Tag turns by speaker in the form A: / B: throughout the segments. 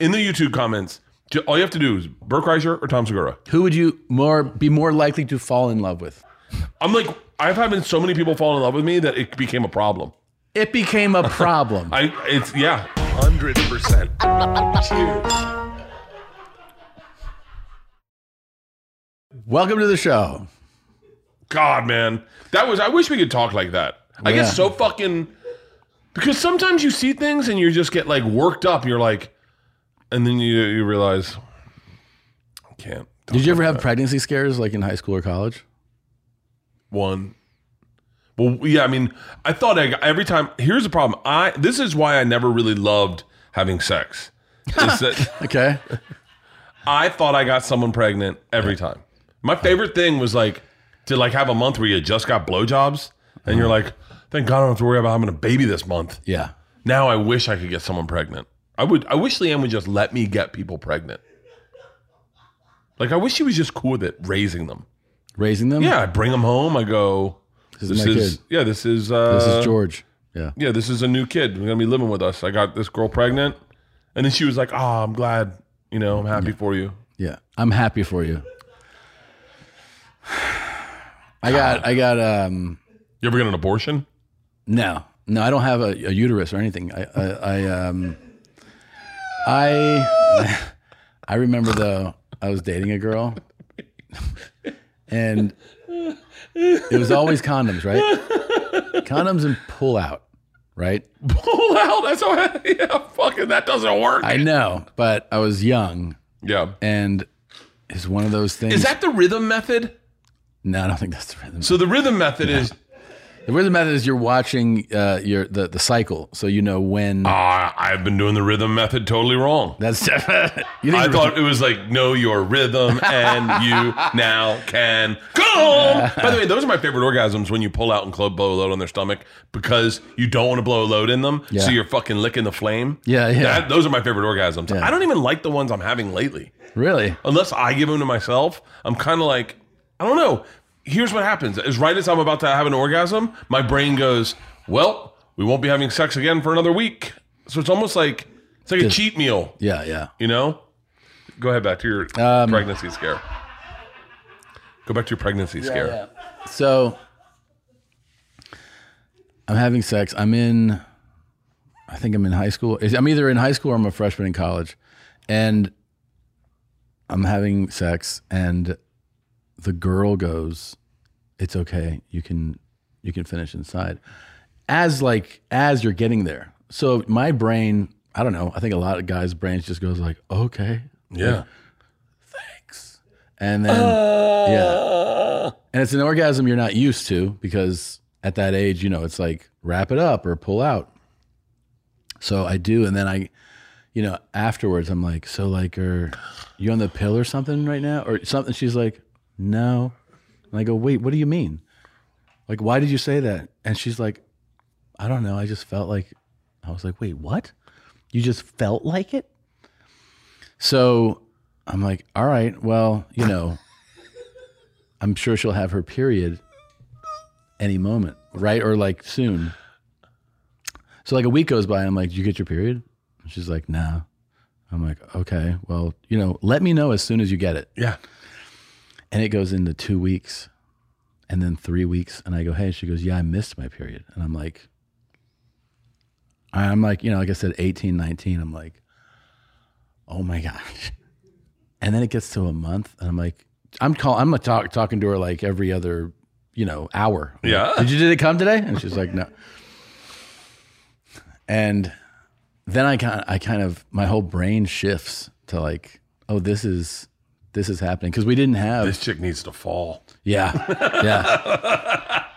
A: in the YouTube comments. ju- All you have to do is Burke Kreischer or Tom Segura.
B: Who would you more be more likely to fall in love with?
A: I'm like, I've had so many people fall in love with me that it became a problem.
B: It became a problem.
A: I, it's yeah.
C: Hundred percent.
B: Welcome to the show.
A: God, man, that was. I wish we could talk like that. I get
B: Yeah.
A: so fucking because sometimes you see things and you just get like worked up. You're like, and then you you realize I can't. talk
B: Did you ever
A: like
B: have pregnancy scares like in high school or college?
A: one? Well, yeah. I mean, I thought I, every time. Here's the problem. I this is why I never really loved having sex. Is that
B: Okay.
A: I thought I got someone pregnant every time. My favorite thing was like to like have a month where you just got blowjobs and you're like, thank God I don't have to worry about having a baby this month.
B: Yeah.
A: Now I wish I could get someone pregnant. I would. I wish Leanne would just let me get people pregnant. Like I wish she was just cool with it, raising them.
B: Raising them?
A: Yeah, I bring them home. I go.
B: This is
A: This
B: my
A: is
B: kid.
A: yeah. This is uh,
B: This is George. Yeah.
A: yeah. This is a new kid. We're gonna be living with us. I got this girl pregnant, and then she was like, "Oh, I'm glad. You know, I'm happy for you."
B: Yeah. I'm happy for you. I got I got um
A: You ever get an abortion?
B: No, no, I don't have a, a uterus or anything. I, I, I, um, I, I remember though, I was dating a girl, and it was always condoms, right? Condoms and pull out, right?
A: pull out. That's how, yeah, fucking that doesn't work.
B: I know, but I was young,
A: yeah.
B: and it's one of those things.
A: Is that the rhythm method?
B: no? I don't think that's the rhythm.
A: So the rhythm method is
B: The rhythm method is you're watching uh, your the the cycle, so you know when.
A: ah, I've been doing the rhythm method totally wrong.
B: That's you think
A: I
B: the-
A: thought it was like know your rhythm and you now can go. By the way, those are my favorite orgasms when you pull out and club blow a load on their stomach because you don't want to blow a load in them,
B: Yeah.
A: so you're fucking licking the flame.
B: Yeah, yeah.
A: That- those are my favorite orgasms.
B: Yeah.
A: I don't even like the ones I'm having lately.
B: really.
A: unless I give them to myself, I'm kind of like, I don't know. Here's what happens: as right as I'm about to have an orgasm, my brain goes, "Well, we won't be having sex again for another week." So it's almost like it's like a cheat meal,
B: Yeah, yeah.
A: you know. Go ahead back to your
B: Um,
A: pregnancy scare. Go back to your pregnancy scare.
B: So I'm having sex. I'm in, I think I'm in high school. Is- I'm either in high school or I'm a freshman in college. And I'm having sex, and the girl goes, It's okay. You can, you can finish inside. As like, as you're getting there. So my brain, I don't know. I think a lot of guys' brains just goes like, okay.
A: Yeah.
B: And then,
A: Uh,
B: yeah. And it's an orgasm you're not used to because at that age, you know, it's like wrap it up or pull out. So I do. And then I, you know, afterwards, I'm like, so like, are you on the pill or something right now? Or something. She's like, no. And I go, wait, what do you mean? Like, why did you say that? And she's like, I don't know. I just felt like, I was like, wait, what? You just felt like it? So I'm like, all right, well, you know, I'm sure she'll have her period any moment, right? Or like soon. So like a week goes by and I'm like, Did you get your period? And she's like, no. I'm like, okay, well, you know, let me know as soon as you get it.
A: Yeah.
B: And it goes into two weeks and then three weeks. And I go, hey, she goes, yeah, I missed my period. And I'm like, I'm like, you know, like I said, 18, 19. I'm like, oh my gosh. And then it gets to a month and I'm like, I'm call, I'm like talk, talking to her like every other, you know, hour. I'm like,
A: Yeah.
B: did you, did it come today? And she's like, no. And then I kind, I kind of, my whole brain shifts to like, oh, this is, this is happening. Cause we didn't have,
A: This chick needs to fall.
B: yeah. Yeah.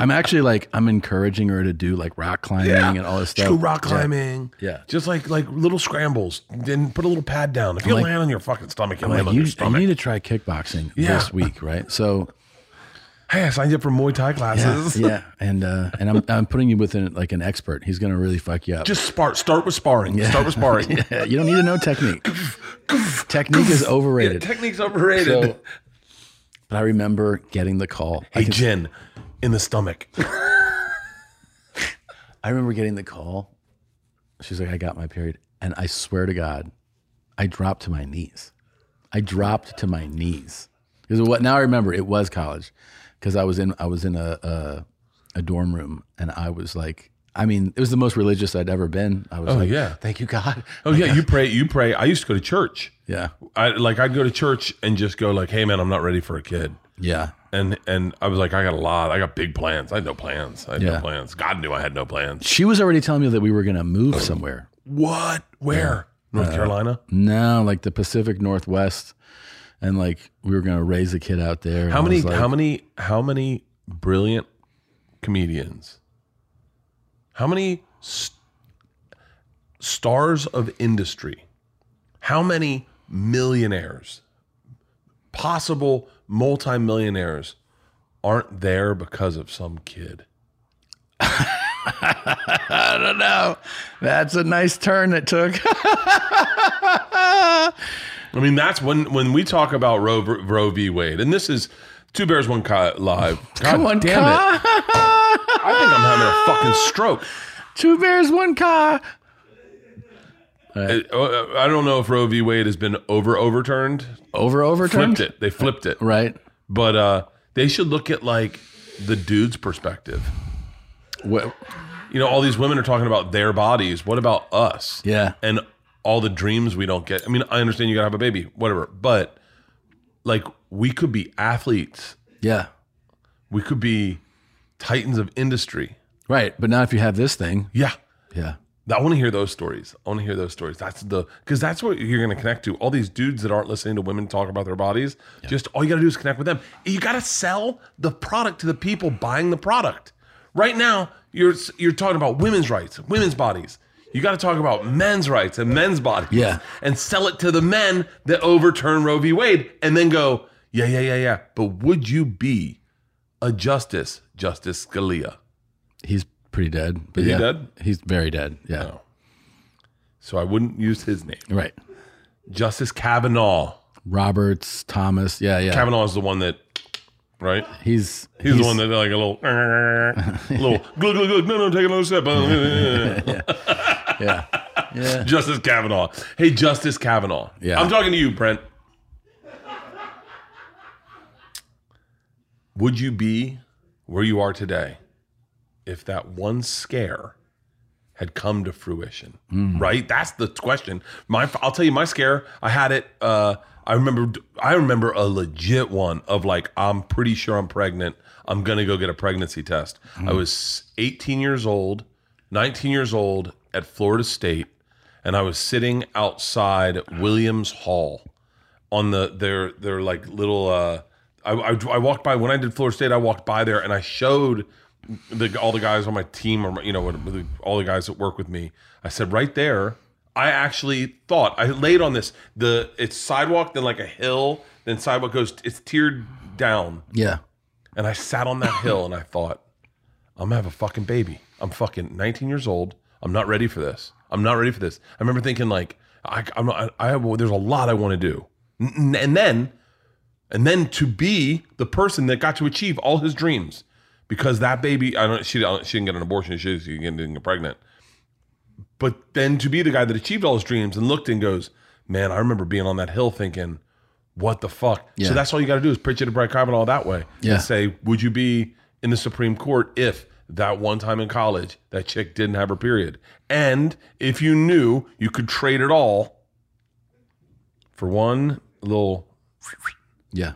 B: I'm actually like I'm encouraging her to do like rock climbing and all this stuff.
A: Just go rock climbing.
B: Yeah.
A: Just like like little scrambles. Then put a little pad down. If you land on your fucking stomach, you
B: Yeah.
A: land
B: Like,
A: on
B: you,
A: your
B: you
A: stomach.
B: need to try kickboxing
A: Yeah.
B: this week, right? So
A: hey, I signed you up for Muay Thai
B: yeah,
A: classes.
B: yeah. and uh, and I'm I'm putting you with an, like an expert. He's gonna really fuck you up.
A: Just spar. Start with sparring. Start with sparring.
B: Yeah, you don't need to know technique. technique is overrated.
A: Technique's overrated.
B: So- but I remember getting the call. I
A: hey,
B: can-
A: Jen, in the stomach.
B: I remember getting the call. She's like, I got my period. And I swear to God, I dropped to my knees. I dropped to my knees because what now I remember it was college because I was in I was in a, a a dorm room and I was like I mean it was the most religious I'd ever been. I was
A: Oh
B: like
A: yeah.
B: thank you God.
A: Oh yeah. You pray. You pray. I used to go to church.
B: Yeah.
A: I like I'd go to church and just go like, hey man, I'm not ready for a kid.
B: Yeah.
A: And and I was like, I got a lot. I got big plans. I had no plans. I had no
B: Yeah.
A: plans. God knew I had no plans.
B: She was already telling me that we were going to
A: Oh.
B: move somewhere.
A: What? Where? North
B: Uh,
A: Carolina.
B: No, like the Pacific Northwest and like we were going to raise a kid out there.
A: How
B: And I
A: many?
B: was like,
A: how many? How many brilliant comedians? How many st- stars of industry? How many millionaires? Possible multimillionaires aren't there because of some kid.
B: I don't know. That's a nice turn it took.
A: I mean, that's when when we talk about Roe, v- Roe v. Wade, and this is Two Bears One Cot live. God
B: Come on,
A: damn it! I think I'm having a fucking stroke.
B: Two bears, one car.
A: Uh, uh, I don't know if Roe v. Wade has been over overturned.
B: Over, overturned.
A: Flipped it. They flipped it.
B: Right.
A: But uh, they should look at like the dude's perspective.
B: What?
A: You know, all these women are talking about their bodies. What about us?
B: Yeah.
A: And all the dreams we don't get. I mean, I understand you gotta have a baby, whatever. But like, we could be athletes.
B: Yeah.
A: We could be titans of industry.
B: Right. But now if you have this thing,
A: Yeah.
B: yeah.
A: I want to hear those stories. I want to hear those stories. That's the because that's what you're going to connect to. All these dudes that aren't listening to women talk about their bodies, just all you got to do is connect with them. You got to sell the product to the people buying the product. Right now, you're you're talking about women's rights, women's bodies. You got to talk about men's rights and men's bodies,
B: Yeah.
A: and sell it to the men that overturn Roe v. Wade, and then go, yeah, yeah, yeah, yeah. But would you be a justice, Justice Scalia?
B: He's pretty dead. But
A: Is he
B: yeah,
A: dead?
B: He's very dead. Yeah.
A: So I wouldn't use his name.
B: Right.
A: Justice Kavanaugh.
B: Roberts, Thomas. Yeah. Yeah.
A: Kavanaugh is the one that, right?
B: he's,
A: He's, the one that like a little, little glug glug glug. No, no, take another step.
B: Yeah. Yeah.
A: Justice Kavanaugh. Hey, Justice Kavanaugh.
B: Yeah.
A: I'm talking to you, Brent. Would you be where you are today if that one scare had come to fruition? Right? That's the question. My I'll tell you my scare. I had it uh I remember I remember a legit one of like I'm pretty sure I'm pregnant. I'm going to go get a pregnancy test. I was 18 years old, 19 years old at Florida State and I was sitting outside Williams Hall on the their their like little uh I, I, I walked by when I did Florida State I walked by there and I showed the all the guys on my team or my- you know what- the- all the guys that work with me I said right there I actually thought I laid on this the it's sidewalk then like a hill then sidewalk goes it's tiered down
B: Yeah.
A: and I sat on that hill and I thought, I'm gonna have a fucking baby. I'm fucking 19 years old. I'm not ready for this. I'm not ready for this. I remember thinking like, I, I'm not, I, I well, there's a lot I want to do, N- and then, and then to be the person that got to achieve all his dreams, because that baby, I don't, she, she didn't get an abortion. She, she didn't get pregnant. But then to be the guy that achieved all his dreams and looked and goes, man, I remember being on that hill thinking, what the fuck?
B: Yeah.
A: So that's all you got to do is preach it to Brett Kavanaugh that way
B: Yeah.
A: and say, would you be in the Supreme Court if that one time in college that chick didn't have her period? And if you knew you could trade it all for one little,
B: Yeah.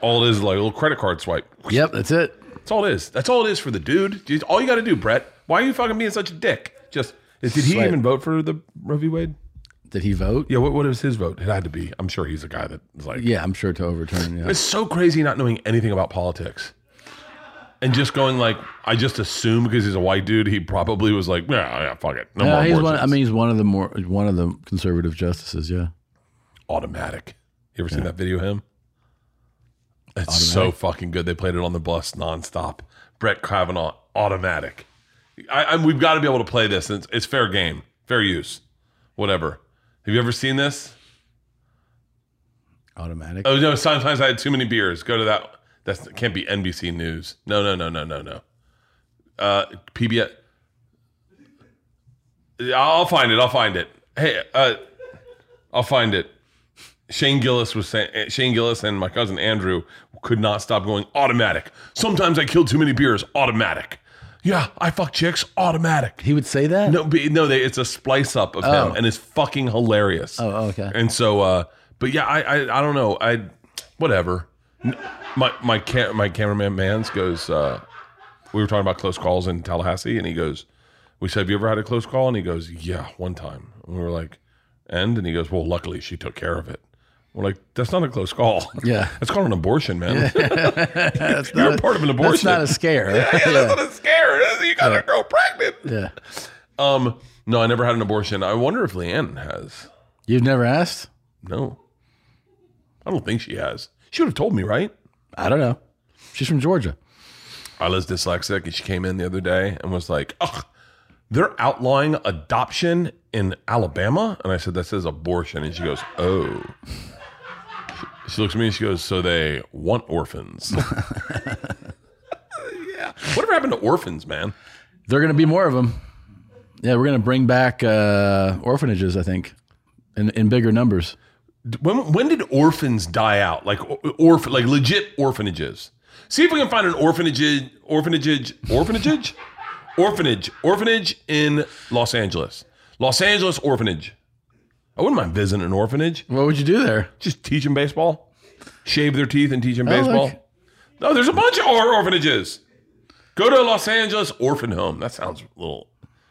A: all it is is like a little credit card swipe.
B: Yep. That's it.
A: That's all it is. That's all it is for the dude. Just- All you got to do, Brett. Why are you fucking being such a dick? Just did he
B: Swipe.
A: even vote for the Roe v. Wade?
B: Did he vote?
A: Yeah, what, what was his vote? It had to be. I'm sure he's a guy that was like,
B: Yeah, I'm sure to overturn. Yeah.
A: It's so crazy not knowing anything about politics. And just going like, I just assume because he's a white dude, he probably was like, yeah, yeah fuck it. No
B: Yeah,
A: more
B: he's one.
A: abortions."
B: I mean, he's one of the more one of the conservative justices. Yeah,
A: automatic. You ever seen that video of him? It's so fucking good. They played it on the bus nonstop. Brett Kavanaugh, automatic. I, I, we've got to be able to play this. It's, it's fair game, fair use, whatever. Have you ever seen this?
B: automatic.
A: Oh no! Sometimes I had too many beers. Go to that. That's that can't be NBC News. No, no, no, no, no, no. Uh, PBS. I'll find it. I'll find it. Hey, uh, I'll find it. Shane Gillis was saying Shane Gillis and my cousin Andrew could not stop going automatic. Sometimes I killed too many beers. Automatic. Yeah, I fuck chicks. Automatic.
B: He would say that.
A: No, be- no, they, it's a splice up of
B: Oh.
A: him, and it's fucking hilarious.
B: Oh, oh, okay.
A: And so, uh, but yeah, I, I, I don't know. I, whatever. N- My, my, ca- my cameraman Mans goes, uh, we were talking about close calls in Tallahassee, and he goes, we said, have you ever had a close call? And he goes, yeah, one time. And we were like, and? And he goes, well, luckily she took care of it. We're like, that's not a close call.
B: Yeah.
A: That's called an abortion, man.
B: That's
A: You're
B: not a-
A: part of an
B: That's
A: abortion.
B: not a scare.
A: yeah, that's not a scare. You got a girl pregnant.
B: yeah.
A: Um, no, I never had an abortion. I wonder if Leanne has.
B: You've never asked?
A: No. I don't think she has. She would have told me, right?
B: I don't know. She's from Georgia.
A: Isla's dyslexic, and she came in the other day and was like, ugh, they're outlawing adoption in Alabama. And I said, that says abortion. And she goes, oh. She, she looks at me and she goes, so they want orphans. yeah. Whatever happened to orphans, man?
B: There are going to be more of them. Yeah, we're going to bring back uh, orphanages, I think, in, in bigger numbers.
A: When, when did orphans die out? Like orph, like legit orphanages. See if we can find an orphanage, orphanage, orphanage, orphanage, orphanage in Los Angeles. Los Angeles orphanage. I wouldn't mind visiting an orphanage.
B: What would you do there?
A: Just teach them baseball, shave their teeth, and teach them
B: I like-
A: baseball. No, there's a bunch of or- orphanages. Go to a Los Angeles orphan home. That sounds a little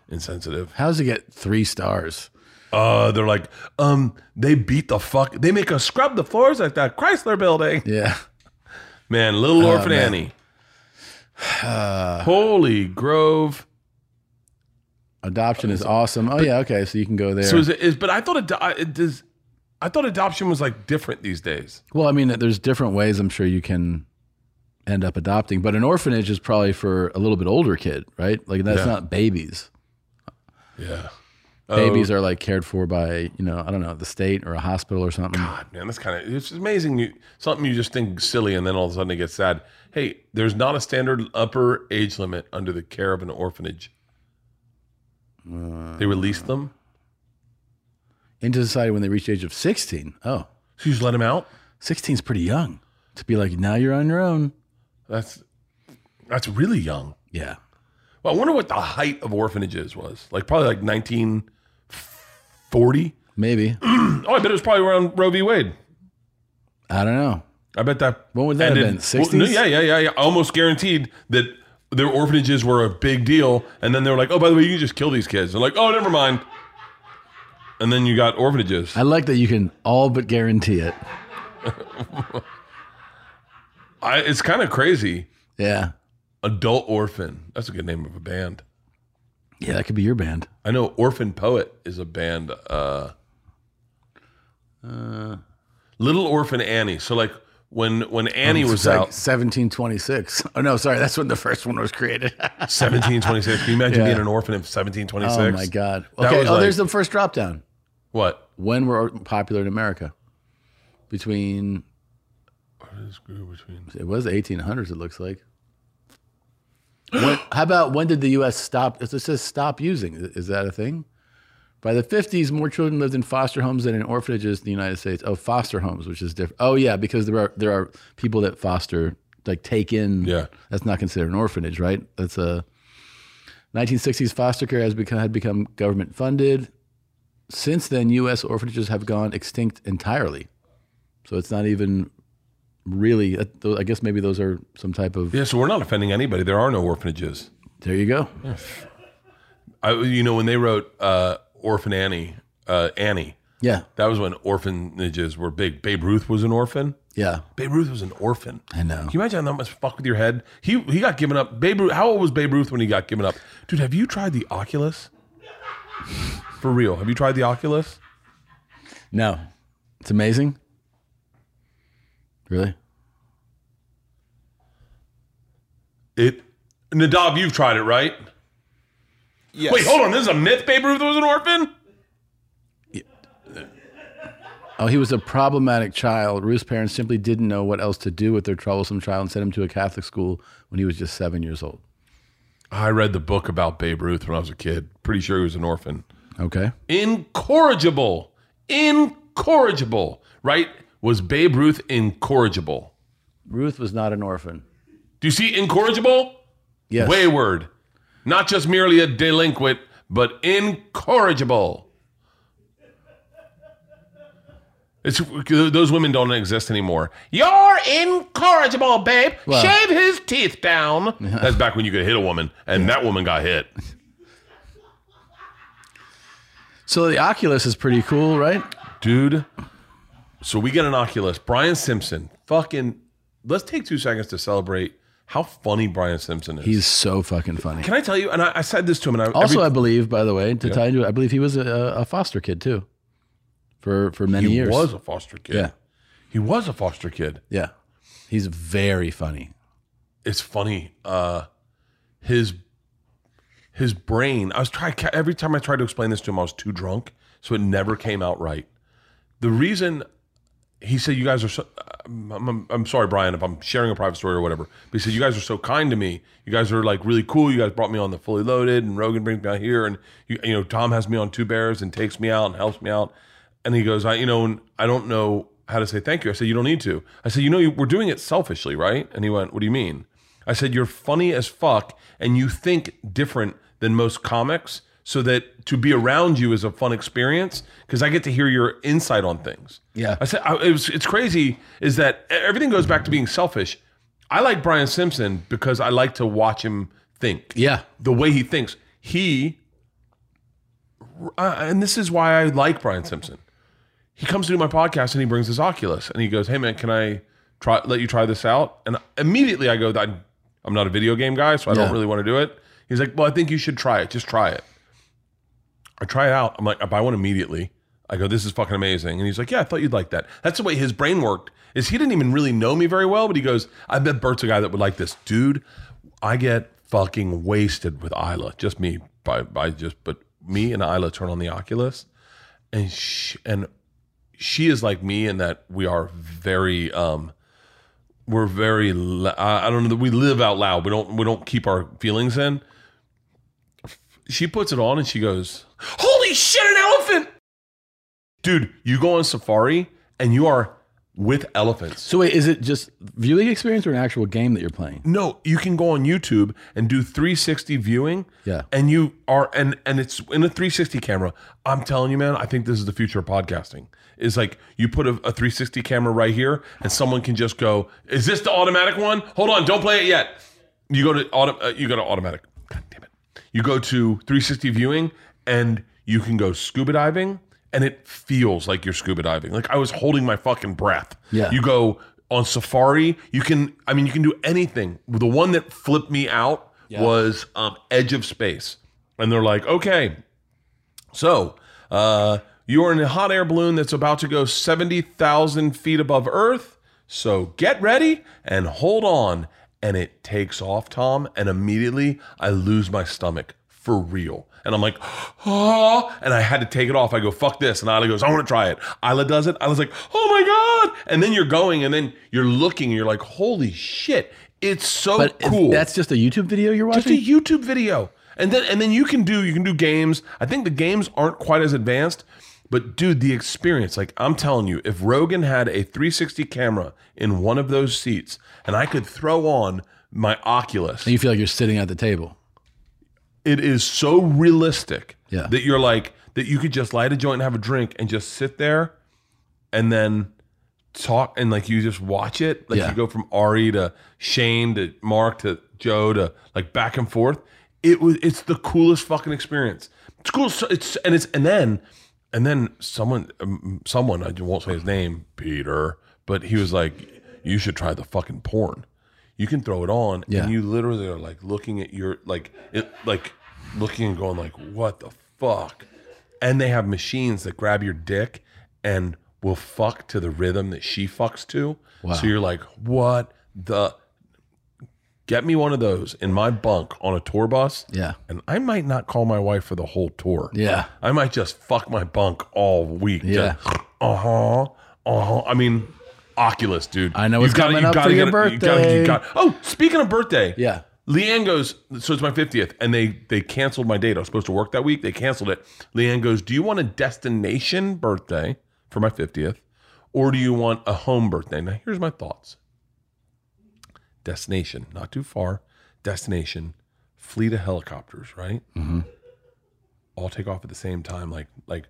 A: insensitive.
B: How does it get three stars?
A: Uh, they're like, um, they beat the fuck. They make us scrub the floors like that Chrysler building.
B: Yeah.
A: Man, Little Orphan
B: Oh, man.
A: Annie. Holy Grove.
B: Adoption is awesome. Oh, yeah. Okay. So you can go there.
A: So is it is but I thought ado- it does I thought adoption was like different these days.
B: well, I mean, there's different ways I'm sure you can end up adopting, but an orphanage is probably for a little bit older kid, right? Like, that's
A: Yeah.
B: not babies.
A: Yeah. Oh,
B: Babies are like cared for by, you know, I don't know, the state or a hospital or something.
A: God, man, that's kind of it's amazing. You something you just think silly and then all of a sudden it gets sad. Hey, there's not a standard upper age limit under the care of an orphanage. They released them.
B: Into society when they reach the age of 16. Oh,
A: So you just let them out.
B: 16 is pretty young to be like, now you're on your own.
A: That's that's really young.
B: Yeah.
A: Well, I wonder what the height of orphanages was. Like probably like 1940.
B: Maybe.
A: Oh, I bet it was probably around Roe v. Wade.
B: I don't know.
A: I bet that.
B: When would that have been? 60s?
A: yeah, yeah, yeah, yeah. Almost guaranteed that their orphanages were a big deal, and then they were like, "Oh, by the way, you can just kill these kids." They're like, "Oh, never mind." And then you got orphanages.
B: I like that you can all but guarantee it.
A: I, it's kind of crazy.
B: Yeah.
A: Adult Orphan. That's a good name of a band.
B: Yeah, that could be your band.
A: I know Orphan Poet is a band. Uh,
B: Uh.
A: Little Orphan Annie. So like when when Annie was
B: like
A: out,
B: 1726. Oh, no, sorry. That's when the first one was created.
A: 1726. Can you imagine
B: Yeah.
A: being an orphan in 1726?
B: oh, my God.
A: That
B: Okay.
A: was
B: Oh,
A: like-
B: there's the first drop down.
A: What?
B: When were popular in America? Between, it was the 1800s, it looks like. When, how about when did the U.S. stop? It says stop using. Is that a thing? By the 50s, more children lived in foster homes than in orphanages in the United States. Oh, foster homes, which is different. Oh, yeah, because there are there are people that foster, like take in.
A: Yeah.
B: that's not considered an orphanage, right? That's a 1960s foster care has become had become government funded. Since then, U.S. orphanages have gone extinct entirely. So it's not even really. uh, I guess maybe those are some type of.
A: Yeah, so we're not offending anybody. There are no orphanages.
B: There you go.
A: I, you know, when they wrote uh, Orphan Annie, uh, Annie,
B: Yeah,
A: that was when orphanages were big. Babe Ruth was an orphan.
B: yeah.
A: Babe Ruth was an orphan.
B: I know.
A: Can you imagine how much fuck with your head? He he got given up. Babe Ruth. How old was Babe Ruth when he got given up? Dude, have you tried the Oculus? For real, have you tried the Oculus?
B: No, it's amazing. Really?
A: It. Nadav, you've tried it, right?
C: Yes.
A: Wait, hold on. This is a myth. Babe Ruth was an orphan.
B: Oh, he was a problematic child. Ruth's parents simply didn't know what else to do with their troublesome child and sent him to a Catholic school when he was just seven years old.
A: I read the book about Babe Ruth when I was a kid. Pretty sure he was an orphan.
B: Okay.
A: Incorrigible. Incorrigible. Right? Was Babe Ruth incorrigible?
B: Ruth was not an orphan.
A: Do you see incorrigible?
B: Yes.
A: Wayward. Not just merely a delinquent, but incorrigible. It's those women don't exist anymore. You're incorrigible, babe.
B: Well-
A: Shave his teeth down. That's back when you could hit a woman, and that woman got hit.
B: So the Oculus is pretty cool, right?
A: dude. So we get an Oculus. Brian Simpson, fucking. Let's take two seconds to celebrate how funny Brian Simpson is.
B: He's so fucking funny.
A: Can I tell you? And I, I said this to him, and I
B: Also,
A: every-
B: I believe, by the way, to tie into it, I believe he was a, a foster kid too, for for many
A: he
B: years.
A: was a foster kid.
B: Yeah,
A: he was a foster kid.
B: yeah. He's very funny.
A: It's funny. Uh, his his brain. I was trying every time I tried to explain this to him, I was too drunk, so it never came out right. The reason he said you guys are so I'm, I'm, I'm sorry brian if i'm sharing a private story or whatever but he said you guys are so kind to me you guys are like really cool you guys brought me on the fully loaded and rogan brings me out here and you, you know tom has me on two bears and takes me out and helps me out and he goes i you know and i don't know how to say thank you i said you don't need to i said you know you- we're doing it selfishly right and he went what do you mean i said you're funny as fuck and you think different than most comics so that to be around you is a fun experience because i get to hear your insight on things
B: Yeah.
A: I said I, it was, it's crazy. Is that e, everything goes back to being selfish? I like Brian Simpson because I like to watch him think.
B: Yeah,
A: the way he thinks. He, uh, and this is why I like Brian Simpson. He comes to do my podcast and he brings his Oculus and he goes, "Hey man, can I try let you try this out?" And immediately I go, "I- "I'm not a video game guy, so I
B: Yeah.
A: don't really want to do it." He's like, "Well, I think you should try it. Just try it." I try it out. I'm like, I buy one immediately. I go, this is fucking amazing. And he's like, yeah, I thought you'd like that. That's the way his brain worked. Is he didn't even really know me very well, but he goes, I bet Bert's a guy that would like this, dude. I get fucking wasted with Isla, just me by by just, but me and Isla turn on the Oculus, and she, and she is like me in that we are very um we're very l- I, I don't know we live out loud we don't we don't keep our feelings in she puts it on and she goes holy shit an elephant dude you go on safari and you are with elephants
B: So wait, is it just viewing experience or an actual game that you're playing?
A: no you can go on youtube and do 360 viewing
B: Yeah.
A: and you are and and it's in a 360 camera i'm telling you man i think this is the future of podcasting is like you put a, a 360 camera right here and someone can just go is this the automatic one hold on don't play it yet you go to auto, uh, you go to automatic god damn it you go to 360 viewing and you can go scuba diving and it feels like you're scuba diving like i was holding my fucking breath
B: Yeah.
A: you go on safari you can i mean you can do anything the one that flipped me out was um, Edge of Space. And they're like, okay, so uh, you're in a hot air balloon that's about to go 70,000 feet above Earth. So get ready and hold on. And it takes off, Tom. And immediately I lose my stomach for real. And I'm like, oh, and I had to take it off. I go, fuck this. And Isla goes, I want to try it. Isla does it. I was like, oh my God. And then you're going and then you're looking and you're like, holy shit. It's so
B: But if
A: cool.
B: that's just a YouTube video you're
A: Just
B: watching.
A: a YouTube video. And then and then you can do you can do games. I think the games aren't quite as advanced, but dude, the experience, like I'm telling you, if Rogan had a 360 camera in one of those seats and I could throw on my Oculus,
B: and you feel like you're sitting at the table.
A: it is so realistic
B: Yeah.
A: that you're like that you could just light a joint and have a drink and just sit there and then talk and like you just watch it like
B: Yeah.
A: you go from Ari to Shane to Mark to Joe to like back and forth it was it's the coolest fucking experience it's cool so it's and it's and then and then someone um, someone I won't say his name Peter but he was like you should try the fucking porn you can throw it on
B: Yeah.
A: and you literally are like looking at your like it like looking and going like what the fuck and they have machines that grab your dick and will fuck to the rhythm that she fucks to so you're like what the get me one of those in my bunk on a tour bus
B: Yeah.
A: and i might not call my wife for the whole tour
B: Yeah.
A: i might just fuck my bunk all week
B: Yeah.
A: Just, uh-huh uh-huh i mean oculus dude
B: I know
A: You
B: what's
A: gotta-
B: coming
A: you
B: up
A: gotta
B: for your
A: get it- you gotta- you
B: birthday.
A: gotta- oh speaking of birthday
B: Yeah.
A: Leanne goes, so it's my 50th, and they they canceled my date. I was supposed to work that week. They canceled it. Leanne goes, Do you want a destination birthday for my 50th? Or do you want a home birthday? Now here's my thoughts. Destination, not too far. Destination, fleet of helicopters, right?
B: Mhm.
A: All take off at the same time, like like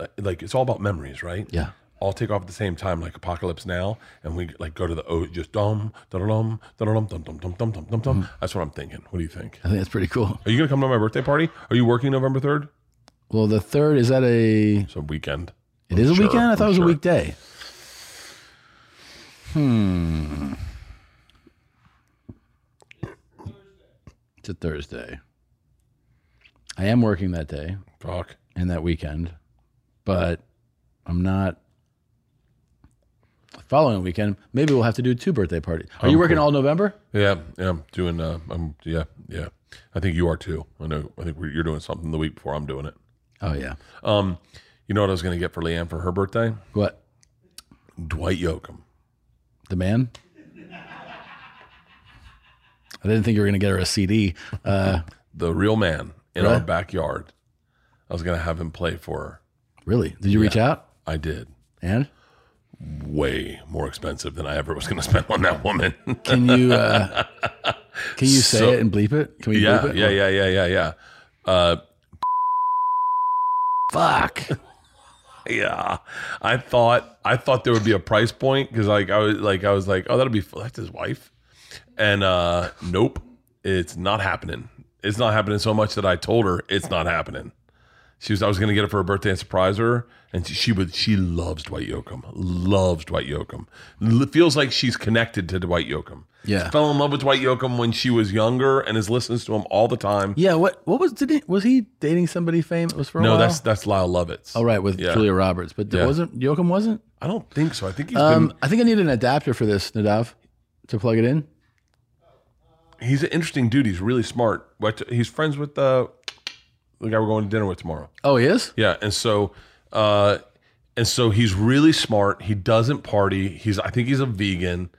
A: uh, like it's all about memories, right?
B: Yeah.
A: all take off at the same time, like Apocalypse Now, and we like go to the O, just dum dum dum dum dum dum dum dum dum dum dum. That's what I'm thinking. What do you think?
B: I think that's pretty cool.
A: Are you gonna come to my birthday party? Are you working November third?
B: Well, the third is that a?
A: It's a weekend.
B: It is a
A: sure,
B: weekend. I thought
A: I'm
B: it was
A: sure.
B: a weekday. Hmm. It's a Thursday. I am working that day
A: Fuck.
B: and that weekend, but I'm not. The following weekend, maybe we'll have to do two birthday parties. Are you
A: I'm
B: working
A: Oh, cool.
B: all November?
A: Yeah, yeah. I'm doing. Uh, I'm yeah, yeah. I think you are too. I know. I think we're, you're doing something the week before I'm doing it.
B: Oh yeah.
A: Um, you know what I was gonna get for Leanne for her birthday?
B: What
A: Dwight Yoakam.
B: the man? I didn't think you were gonna get her a CD. Uh,
A: the real man in our
B: Really?
A: backyard. I was gonna have him play for her.
B: really? Did you reach out?
A: I did.
B: And
A: Way more expensive than I ever was gonna spend on that woman.
B: can you uh, can you say
A: So-
B: it and bleep it? Can we
A: yeah,
B: bleep it?
A: yeah, yeah, yeah, yeah, yeah. Uh,
B: Fuck.
A: yeah. I thought I thought there would be a price point because like I was like I was like oh that'll be that's his wife, and uh nope, it's not happening. It's not happening so much that I told her it's not happening. She was I was gonna get it for her birthday and surprise her, and she, she would she loves Dwight Yoakam, loves Dwight Yoakam, L- feels like she's connected to Dwight Yoakam.
B: Yeah.
A: fell in love with Dwight Yoakam when she was younger and has listens to him all the time.
B: Yeah. What what was did he, was he dating somebody famous was for a
A: no,
B: while?
A: that's that's Lyle Lovitz.
B: oh right with
A: Yeah.
B: Julia Roberts, but there
A: Yeah.
B: wasn't Yoakum wasn't.
A: I don't think so. I think he's been
B: Um, I think I need an adapter for this Nadav to plug it in.
A: he's an interesting dude. He's really smart. But he's friends with uh, the guy we're going to dinner with tomorrow.
B: Oh, he is.
A: Yeah, and so uh, and so he's really smart. He doesn't party. He's I think he's a vegan,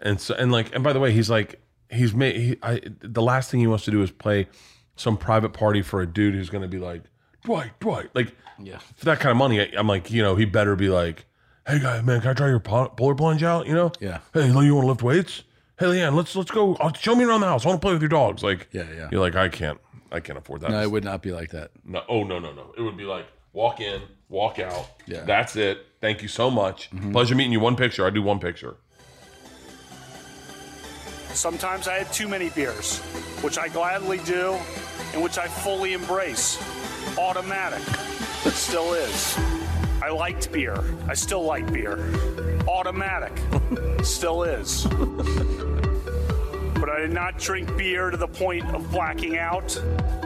A: and so and like and by the way, he's like he's made. He, I the last thing he wants to do is play some private party for a dude who's going to be like Dwight, Dwight, like
B: Yeah.
A: for that kind of money. I, I'm like you know he better be like, hey guy, man, can I try your po- polar plunge out? You know,
B: Yeah.
A: Hey, Lee, you want to lift weights? Hey, Leanne, let's let's go. Uh, show me around the house. I want to play with your dogs. Like,
B: Yeah, yeah.
A: You're like, I can't, I can't afford that.
B: No, it would not be like that.
A: No, oh no, no, no. It would be like walk in, walk out.
B: Yeah. Mm-hmm.
A: That's it. Thank you so much. Pleasure meeting you. One picture. I do one picture.
D: Sometimes I had too many beers, which I gladly do and which I fully embrace. Automatic. It still is. I liked beer. I still like beer. Automatic. Still is. But I did not drink beer to the point of blacking out.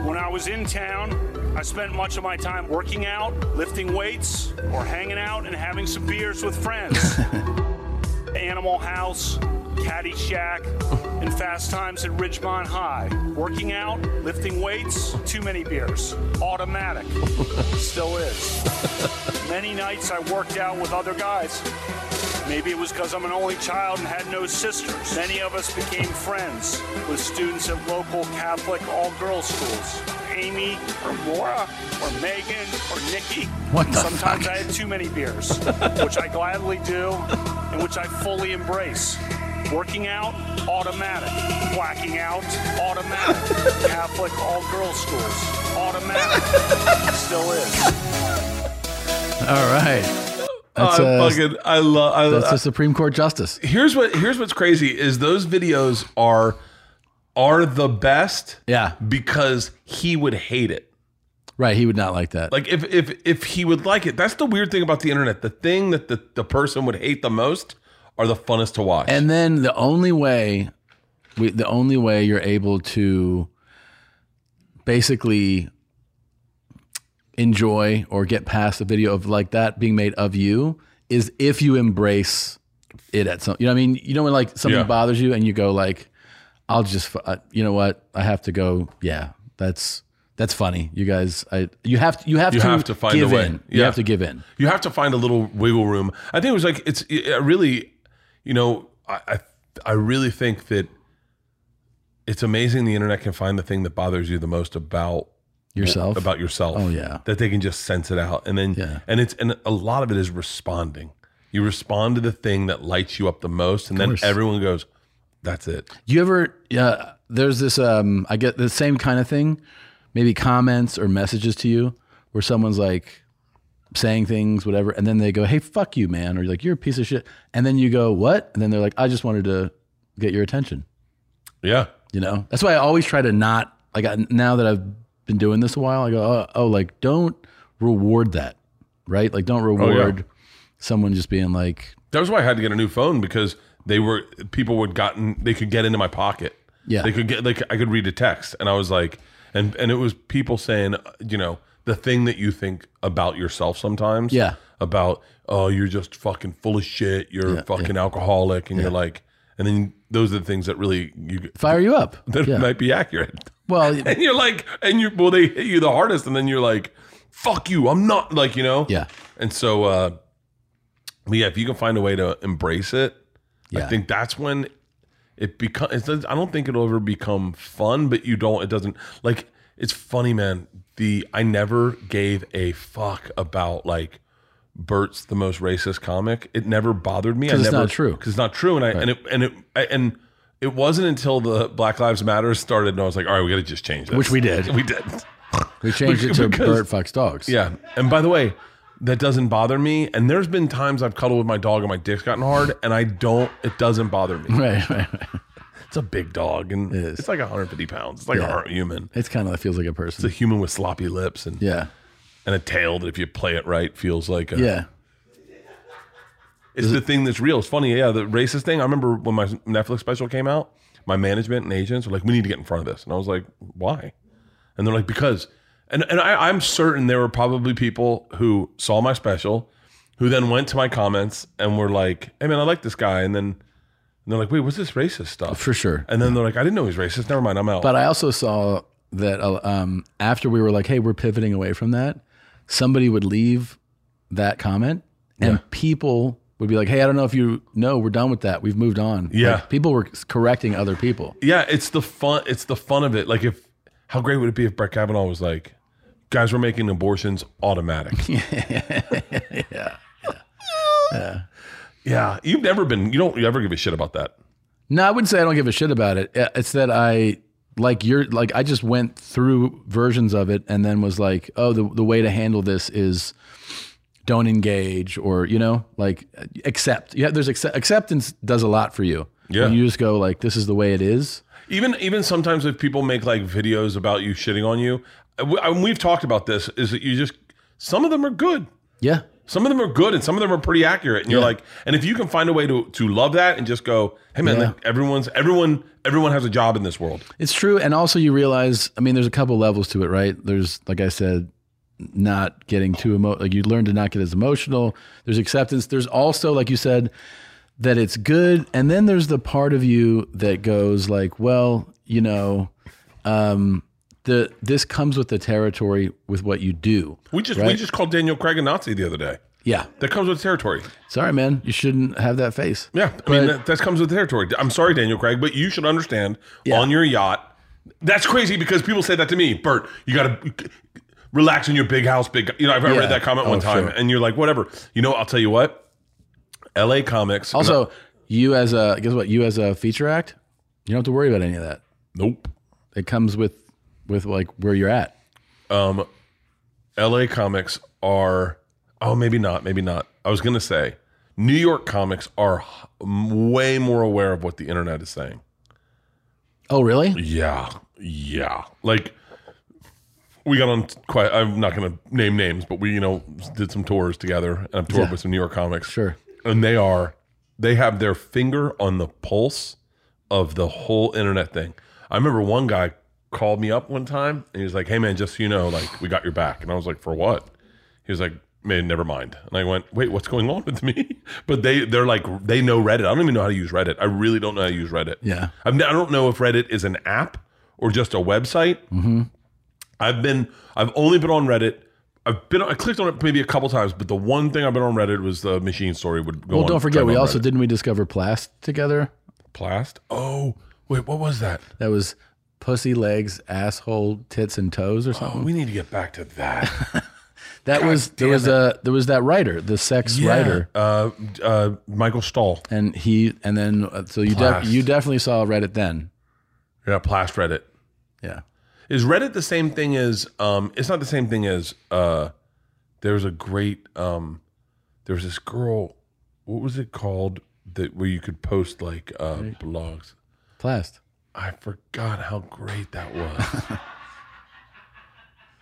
D: When I was in town, I spent much of my time working out, lifting weights, or hanging out and having some beers with friends. Animal House, Caddy Shack, and Fast Times at Ridgemont High. Working out, lifting weights, too many beers. Automatic. Still is. Many nights I worked out with other guys. Maybe it was because I'm an only child and had no sisters. Many of us became friends with students at local Catholic all girls schools. Amy or Laura or Megan or Nikki.
B: What the
D: Sometimes
B: fuck?
D: I had too many beers, which I gladly do and which I fully embrace. Working out, automatic. Blacking out, automatic. Catholic all girls schools, automatic. Still is.
B: All right. That's,
A: I
B: uh,
A: fucking I love I,
B: that's a Supreme Court justice.
A: here's what here's what's crazy is those videos are are the best
B: Yeah.
A: because he would hate it.
B: Right. He would not like that.
A: Like if if if he would like it, that's the weird thing about the internet. The thing that the, the person would hate the most are the funnest to watch.
B: And then the only way, we, the only way you're able to basically enjoy or get past a video of like that being made of you is if you embrace it at some. You know what I mean? You know when like something
A: Yeah.
B: bothers you and you go like, "I'll just," fu- uh, you know what? I have to go. Yeah, that's that's funny. You guys, I you have to you have
A: You
B: to
A: have to find a
B: give
A: way.
B: in. You
A: Yeah.
B: have to give in.
A: you have to find a little wiggle room. I think it was like it's it really, you know, I I, I really think that it's amazing the internet can find the thing that bothers you the most about
B: Yourself?
A: about yourself.
B: Oh, yeah.
A: that they can just sense it out, and then
B: Yeah.
A: and it's and a lot of it is responding. You respond to the thing that lights you up the most, and then
B: course.
A: everyone goes, "That's it."
B: Do you ever? Uh, there's this. Um, I get the same kind of thing, maybe comments or messages to you where someone's like saying things, whatever, and then they go, "Hey, fuck you, man," or like, "You're a piece of shit," and then you go, "What?" And then they're like, "I just wanted to get your attention."
A: Yeah,
B: You know, that's why I always try to not like I, now that I've been doing this a while. I go, oh, oh, like don't reward that, right? Like
A: Oh,
B: don't reward someone just being like,
A: that was why I had to get a new phone because they were people would gotten they could get into my pocket.
B: yeah,
A: They could get like I could read a text and I was like and and it was people saying, you know, the thing that you think about yourself sometimes.
B: Yeah.
A: About oh you're just fucking full of shit, you're a fucking alcoholic and you're like and then those are the things that really you
B: fire you up.
A: that
B: Yeah.
A: might be accurate.
B: Well,
A: And you're like and you well they hit you the hardest and then you're like fuck you, I'm not like, you know.
B: yeah,
A: And so uh but yeah, if you can find a way to embrace it,
B: yeah.
A: I think that's when it becomes. I don't think it'll ever become fun, but you don't. It doesn't like it's funny, man. The I never gave a fuck about like Bert's the most racist comic. It never bothered me. I
B: 'Cause it's
A: never
B: not true.
A: because it's not true. And I and it and it I, and it wasn't until the Black Lives Matter started and I was like, all right, we got to just change this.
B: Which we did.
A: We did.
B: we changed it to
A: because-
B: Bert fucks dogs.
A: Yeah. And by the way, that doesn't bother me. And there's been times I've cuddled with my dog and my dick's gotten hard, and I don't. It doesn't bother me.
B: right, right, right.
A: It's a big dog, and
B: It is.
A: it's like 150 pounds. It's like
B: Yeah.
A: a human.
B: It's kind of it feels like a person.
A: It's a human with sloppy lips and
B: yeah,
A: and a tail that, if you play it right, feels like a,
B: yeah.
A: It's the thing that's real. It's funny, yeah. The racist thing. I remember when my Netflix special came out, my management and agents were like, "We need to get in front of this," and I was like, "Why?" And they're like, "Because." And and I, I'm certain there were probably people who saw my special, who then went to my comments and were like, "Hey man, I like this guy," and then and they're like, "Wait, what's this racist stuff?"
B: For sure.
A: And then they're like, "I didn't know he was racist. Never mind, I'm out."
B: But I also saw that uh, um, after we were like, hey, we're pivoting away from that, somebody would leave that comment and people would be like, hey, I don't know if you know, we're done with that. We've moved on.
A: Yeah.
B: Like, people were correcting other people.
A: yeah, it's the fun. It's the fun of it. Like, if how great would it be if Brett Kavanaugh was like, "Guys, we're making abortions automatic." yeah, yeah, You've never been. You don't. You ever give a shit about that?
B: No, I wouldn't say I don't give a shit about it. Uh, It's that I like you're like I just went through versions of it and then was like, oh, the the way to handle this is don't engage or you know like accept. Yeah, there's accept, acceptance does a lot for you.
A: Yeah.
B: When you just go like this is the way it is.
A: Even even sometimes if people make like videos about you shitting on you, I- we- I- we've talked about this. Is that you just some of them are good.
B: Yeah.
A: Some of them are good and some of them are pretty accurate. And you're like, and if you can find a way to to love that and just go, hey man,
B: Yeah.
A: like, everyone's everyone everyone has a job in this world.
B: It's true. And also, you realize, I mean, there's a couple levels to it, right? There's, like I said, not getting too emo Like, you learn to not get as emotional. There's acceptance. There's also, like you said, that it's good. And then there's the part of you that goes, like, well, you know, um, the this comes with the territory with what you do.
A: We just we
B: Right.
A: just called Daniel Craig a Nazi the other day.
B: Yeah.
A: That comes with territory.
B: Sorry, man. You shouldn't have that face.
A: Yeah, I mean that, that comes with territory. I'm sorry, Daniel Craig, but you should understand on your yacht. That's crazy because people say that to me, Bert. You got to relax in your big house, big. You know, I've I
B: Yeah.
A: read that comment one
B: Oh,
A: time,
B: sure.
A: and you're like, whatever. You know, I'll tell you what. L.A. Comics.
B: Also, you as a, guess what? You as a feature act, you don't have to worry about any of that.
A: nope.
B: It comes with, with like where you're at.
A: Um, L.A. Comics are. Oh, maybe not. Maybe not. I was gonna say New York comics are h- way more aware of what the internet is saying.
B: Oh, really?
A: Yeah, yeah. Like we got on quite. I'm not going to name names, but we you know did some tours together, and I've toured
B: Yeah.
A: with some New York comics.
B: Sure.
A: And they are they have their finger on the pulse of the whole internet thing. I remember one guy called me up one time, and he was like, "Hey man, just so you know, like we got your back." And I was like, "For what?" He was like. Man, never mind. And I went, wait, what's going on with me? But they, they're like, they know Reddit. I don't even know how to use Reddit. I really don't know how to use Reddit.
B: Yeah.
A: I'm, I don't know if Reddit is an app or just a website.
B: Mm-hmm.
A: I've been, I've only been on Reddit. I've been, I clicked on it maybe a couple times, but the one thing I've been on Reddit was the machine story would go.
B: Well,
A: on
B: don't forget,
A: trend
B: we
A: on
B: also
A: Reddit.
B: didn't we discover Plast together?
A: Plast. Oh, Wait, what was that?
B: That was pussy legs, asshole, tits, and toes, or something.
A: Oh, we need to get back to that.
B: that
A: God
B: was there
A: damn
B: was
A: it.
B: a there was that writer, the sex writer,
A: Uh, uh, Michael Stahl.
B: and he and then uh, so you def,
A: Blast.
B: you definitely saw Reddit then.
A: Yeah, Plast Reddit.
B: Yeah,
A: Is Reddit the same thing as um it's not the same thing as uh there's a great um there was this girl what was it called that where you could post like uh blogs.
B: Plast.
A: I forgot how great that was.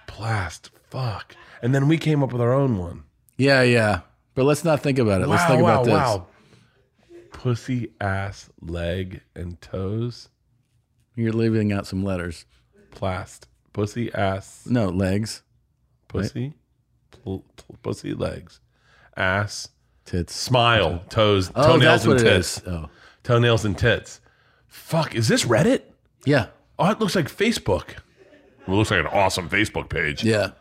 A: Plast fuck. And then we came up with our own one.
B: Yeah, yeah. But let's not think about it. let's think about this.
A: Pussy ass leg and toes.
B: You're leaving out some letters.
A: Plast. Pussy ass
B: No legs,
A: pussy, pl- pl- pussy legs, ass,
B: tits.
A: smile, toes,
B: Oh,
A: toenails
B: that's
A: and
B: what it
A: tits,
B: is. Oh,
A: toenails and tits. Fuck, is this Reddit?
B: yeah,
A: Oh, it looks like Facebook. It looks like an awesome Facebook page.
B: yeah.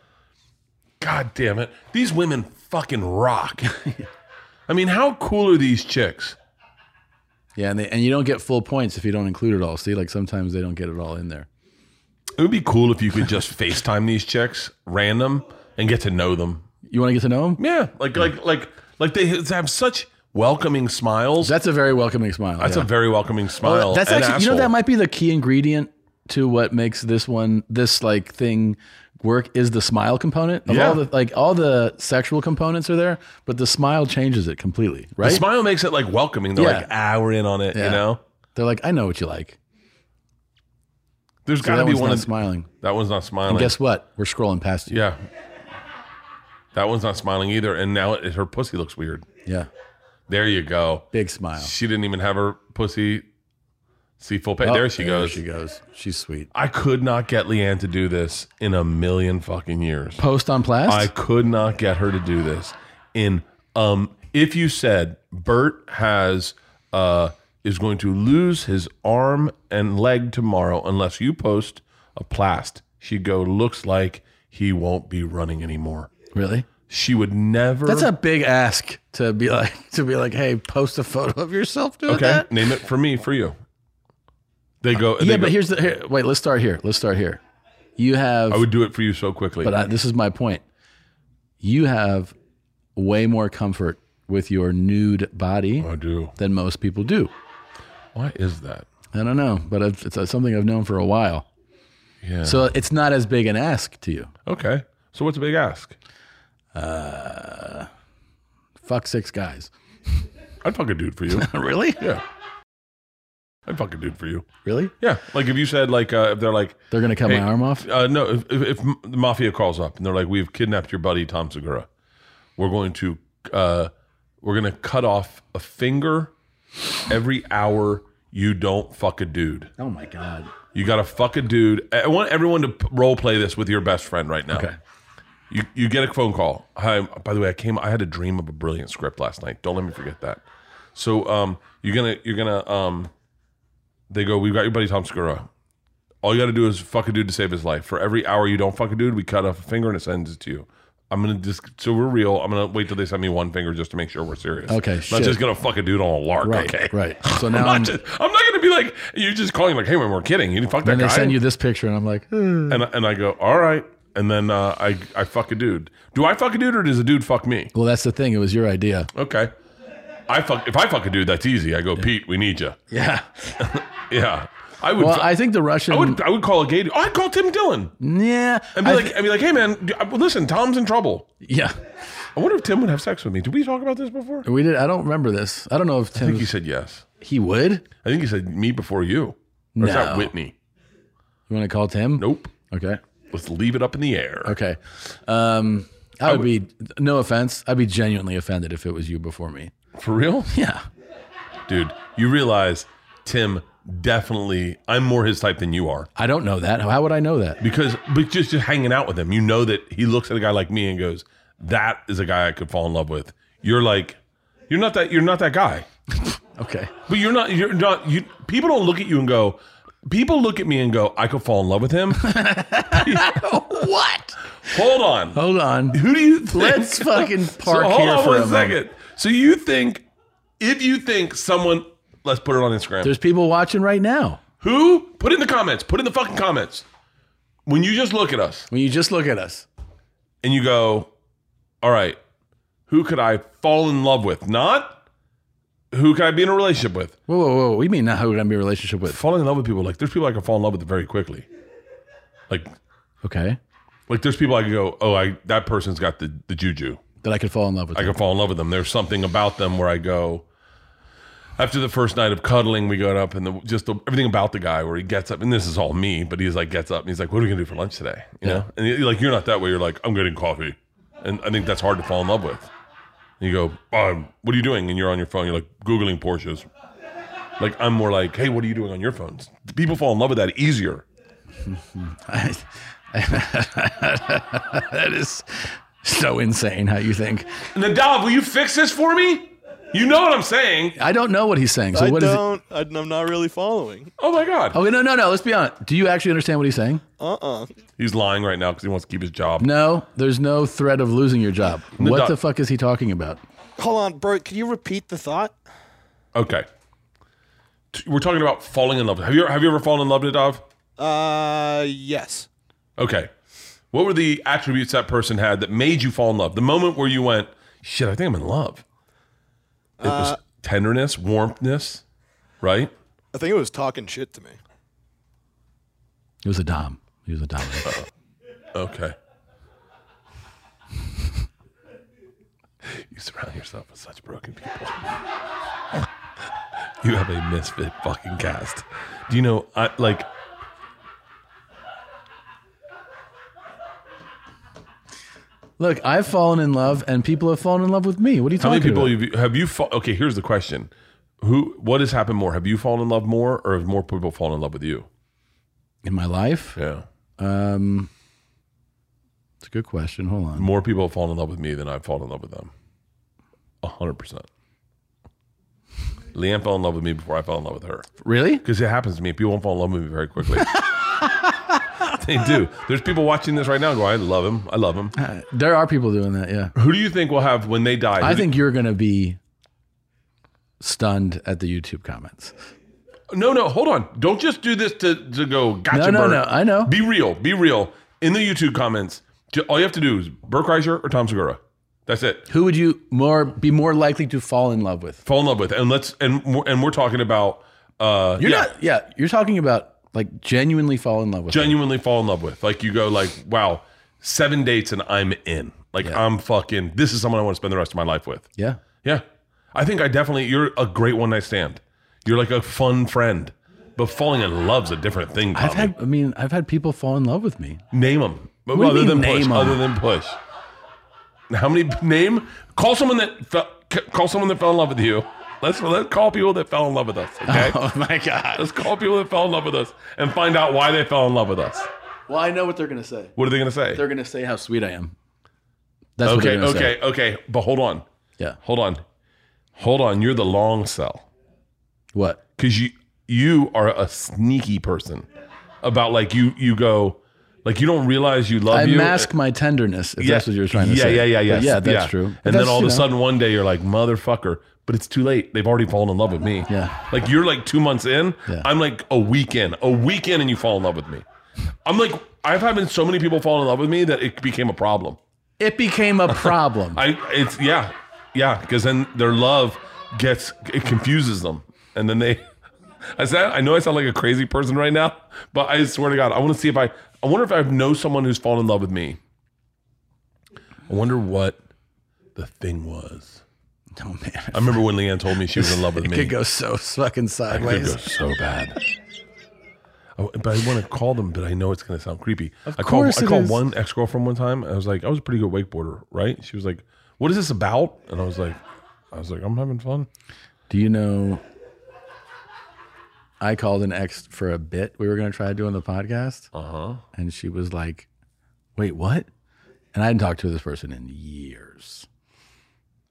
A: God damn it, these women fucking rock. I mean, how cool are these chicks?
B: Yeah, and, they, and you don't get full points if you don't include it all. See, like sometimes they don't get it all in there.
A: It would be cool if you could just FaceTime these chicks random and get to know them.
B: You want to get to know them?
A: Yeah, like like like like they have such welcoming smiles.
B: That's a very welcoming smile.
A: That's
B: yeah.
A: a very welcoming smile.
B: That's
A: An
B: actually, you know,
A: asshole.
B: that might be the key ingredient to what makes this one, this like thing work is the smile component. Of
A: Yeah.
B: all the, like all the sexual components are there, but the smile changes it completely, right?
A: The smile makes it like welcoming. They're
B: Yeah.
A: like, ah, we're in on it.
B: Yeah.
A: You know,
B: They're like, I know what you like.
A: there's
B: So
A: got to
B: that
A: be
B: one's
A: one
B: not
A: of
B: smiling.
A: that one's not smiling.
B: And guess what? We're scrolling past you.
A: yeah, that one's not smiling either. And now it, her pussy looks weird.
B: Yeah.
A: There you go.
B: Big smile.
A: She didn't even have her pussy see full pay.
B: Oh,
A: there she goes.
B: She goes. She's sweet.
A: I could not get Leanne to do this in a million fucking years.
B: Post on Plast.
A: I could not get her to do this. In um, if you said Bert has uh is going to lose his arm and leg tomorrow unless you post a plast, she'd go. Looks like he won't be running anymore.
B: really?
A: She would never.
B: That's a big ask to be like to be like, hey, post a photo of yourself doing
A: okay.
B: that.
A: Name it for me for you. They go. they
B: Yeah,
A: go,
B: but here's the here, wait. Let's start here. Let's start here. You have,
A: I would do it for you so quickly.
B: but I, this is my point. You have way more comfort with your nude body
A: Oh, I do.
B: than most people do.
A: Why is that?
B: I don't know, but it's, it's uh, something I've known for a while.
A: Yeah.
B: So it's not as big an ask to you.
A: okay. So what's a big ask?
B: Fuck six guys.
A: I'd fuck a dude for you.
B: really?
A: yeah. I'd fuck a dude for you.
B: Really?
A: Yeah, like if you said like uh, if they're like
B: They're gonna cut
A: Hey,
B: my arm off.
A: uh, no, if, if, if the mafia calls up and they're like we've kidnapped your buddy Tom Segura, we're going to uh, we're going to cut off a finger every hour you don't fuck a dude.
B: Oh my god.
A: You got to fuck a dude. I I want everyone to p- role play this with your best friend right now.
B: Okay.
A: You you get a phone call. Hi, by the way, I came. I had a dream of a brilliant script last night. Don't let me forget that. So um, you're gonna you're gonna um, they go. We've got your buddy Tom Segura. All you got to do is fuck a dude to save his life. For every hour you don't fuck a dude, we cut off a finger and it sends it to you. I'm gonna just so we're real. I'm gonna wait till they send me one finger just to make sure we're serious.
B: Okay,
A: I'm
B: shit.
A: not just gonna fuck a dude on a lark.
B: Right.
A: okay,
B: Right. So
A: I'm
B: now
A: not,
B: I'm,
A: just, I'm not gonna be like you're just calling like, hey, man, we're kidding. You didn't fuck that
B: and
A: guy. Hmm.
B: they send you this picture, and I'm like, "Eh."
A: and and I go, all right. And then uh, I I fuck a dude. Do I fuck a dude or does a dude fuck me?
B: well, that's the thing. It was your idea.
A: Okay. I fuck if I fuck a dude, that's easy. I go, Pete, we need you.
B: Yeah.
A: Yeah, I would.
B: Well,
A: fu-
B: I think the
A: I
B: Russian.
A: would. I would call a gay. Dude. I'd call Tim Dillon
B: yeah.
A: and be
B: I
A: like,
B: thi-
A: I'd be like, hey man, d- I- listen, Tom's in trouble.
B: yeah.
A: I wonder if Tim would have sex with me. Did we talk about this before? I
B: We did. I don't remember this. I don't know if Tim.
A: think you said yes.
B: he would.
A: I think you said me before you. Or is that
B: No.
A: Whitney?
B: You want to call Tim?
A: Nope.
B: Okay.
A: Let's leave it up in the air.
B: Okay. Um, I would be. No offense. I'd be genuinely offended if it was you before me.
A: For real?
B: Yeah.
A: Dude, you realize Tim definitely I'm more his type than you are.
B: I don't know that. How would I know that?
A: because but just, just hanging out with him, you know that he looks at a guy like me and goes, "That is a guy I could fall in love with." You're like, you're not that you're not that guy,
B: Okay.
A: but you're not you're not you. People don't look at you and go. People look at me and go, "I could fall in love with him."
B: Oh, what?
A: Hold on,
B: Hold on.
A: who do you? Think?
B: Let's fucking park
A: so hold
B: here
A: on
B: for
A: one
B: a
A: second.
B: moment.
A: So you think if you think someone, let's put it on Instagram.
B: There's people watching right now.
A: Who? Put it in the comments. Put it in the fucking comments. When you just look at us
B: When you just look at us,
A: and you go, all right, who could I fall in love with? Not who could I be in a relationship with?
B: whoa, whoa, whoa. We mean not who would I be in a relationship with?
A: Falling in love with people, like there's people I can fall in love with very quickly. Like
B: Okay,
A: like there's people I could go, oh, I that person's got the, the juju.
B: that I could fall in love with.
A: I
B: them.
A: can fall in love with them. There's something about them where I go. After the first night of cuddling, we got up and the, just the, everything about the guy where he gets up, and this is all me, but he's like gets up and he's like, "What are we gonna do for lunch today?" You know, and you're like you're not that way. You're like, "I'm getting coffee," and I think that's hard to fall in love with. And you go, um, "What are you doing?" And you're on your phone. You're like googling Porsches. Like I'm more like, "Hey, what are you doing on your phones?" People fall in love with that easier.
B: that is so insane how you think.
A: Nadav, will you fix this for me? You know what I'm saying?
B: I don't know what he's saying. So
C: I
B: what is it?
C: don't. I, am not really following.
A: Oh my god,
B: Okay, no, no, no. Let's be honest. Do you actually understand what he's saying?
C: Uh uh
A: he's lying right now because he wants to keep his job.
B: No, there's no threat of losing your job. what
A: doc-
B: the fuck is he talking about?
C: Hold on, bro. Can you repeat the thought?
A: Okay. T- We're talking about falling in love. Have you have you ever fallen in love, Nadav?
C: Uh, yes.
A: Okay. What were the attributes that person had that made you fall in love? The moment where you went, shit, I think I'm in love. It was tenderness, warmthness, right?
C: I think it was talking shit to me.
B: It was a dom. He was a dom.
A: Okay. you surround yourself with such broken people. you have a misfit fucking cast. Do you know, I like,
B: Look, I've fallen in love, and people have fallen in love with me. What are you
A: How
B: talking
A: many people
B: about?
A: have you, have you fa- okay? Here's the question: Who? What has happened more? Have you fallen in love more, or have more people fallen in love with you?
B: in my life?
A: Yeah,
B: Um, it's a good question. Hold on.
A: more people have fallen in love with me than I've fallen in love with them. A hundred percent. Leanne fell in love with me before I fell in love with her
B: Really?
A: because it happens to me. People fall in love with me very quickly. they do. There's people watching this right now. Go, I love him. I love him.
B: Uh, There are people doing that. Yeah.
A: Who do you think will have when they die?
B: I
A: who do-
B: think you're going to be stunned at the YouTube comments.
A: no, no. Hold on. Don't just do this to to go. Gotcha.
B: No, no,
A: Bert."
B: no. I know.
A: Be real. Be real. In the YouTube comments, ju- all you have to do is Burke Kreischer or Tom Segura. That's it.
B: Who would you more be more likely to fall in love with?
A: Fall in love with, and let's and we're- and we're talking about uh,
B: You're
A: yeah,
B: not. Yeah, you're talking about like genuinely fall in love with. them.
A: genuinely fall in love with. Like you go like, wow, seven dates and I'm in. Like I'm fucking. This is someone I want to spend the rest of my life with.
B: Yeah.
A: Yeah, I think I definitely. You're a great one night stand. You're like a fun friend, but falling in love's a different thing.
B: I've
A: Tommy.
B: had. I mean, I've had people fall in love with me.
A: Name them. But
B: What do
A: other
B: you
A: than
B: mean
A: push.
B: name 'em?
A: Other than push. How many name? Call someone that fell, c- call someone that fell in love with you. Let's let's call people that fell in love with us. Okay.
B: Oh my god.
A: Let's call people that fell in love with us and find out why they fell in love with us.
B: Well, I know what they're gonna say.
A: What are they gonna say?
B: They're gonna say how sweet I am. That's what
A: okay,
B: they're gonna say.
A: okay, okay. But hold on,
B: Yeah.
A: hold on, hold on. You're the long sell
B: What?
A: because you you are a sneaky person about like you you go like you don't realize you love
B: I
A: you. uh,
B: mask my tenderness. If that's what you're trying to
A: yeah,
B: say.
A: Yeah, yeah, yeah,
B: But yeah, that's true. But
A: And
B: that's,
A: then all
B: you
A: of a
B: know,
A: sudden one day you're like, motherfucker, but it's too late. They've already fallen in love with me.
B: Yeah.
A: Like you're like two months in.
B: Yeah.
A: I'm like a week in, a week in, and you fall in love with me. I'm like, I've had so many people fall in love with me that it became a problem.
B: it became a problem.
A: I, it's, yeah, yeah, because then their love gets, it confuses them. And then they, I said, I know I sound like a crazy person right now, but I swear to God, I want to see if I, I wonder if I know someone who's fallen in love with me. I wonder what the thing was.
B: oh man,
A: I remember when Leanne told me she was in love with
B: it
A: me.
B: could go so fucking
A: It could go
B: sideways.
A: so bad. I- but I want to call them, but I know it's going to sound creepy. I
B: course
A: called, I
B: it
A: called
B: is.
A: one ex girlfriend one time. And I was like, I was a pretty good wakeboarder, right? She was like, What is this about? And I was like, I was like, I'm having fun.
B: Do you know? I called an ex for a bit we were going to try doing the podcast. Uh huh. And she was like, wait, what? And I hadn't talked to this person in years.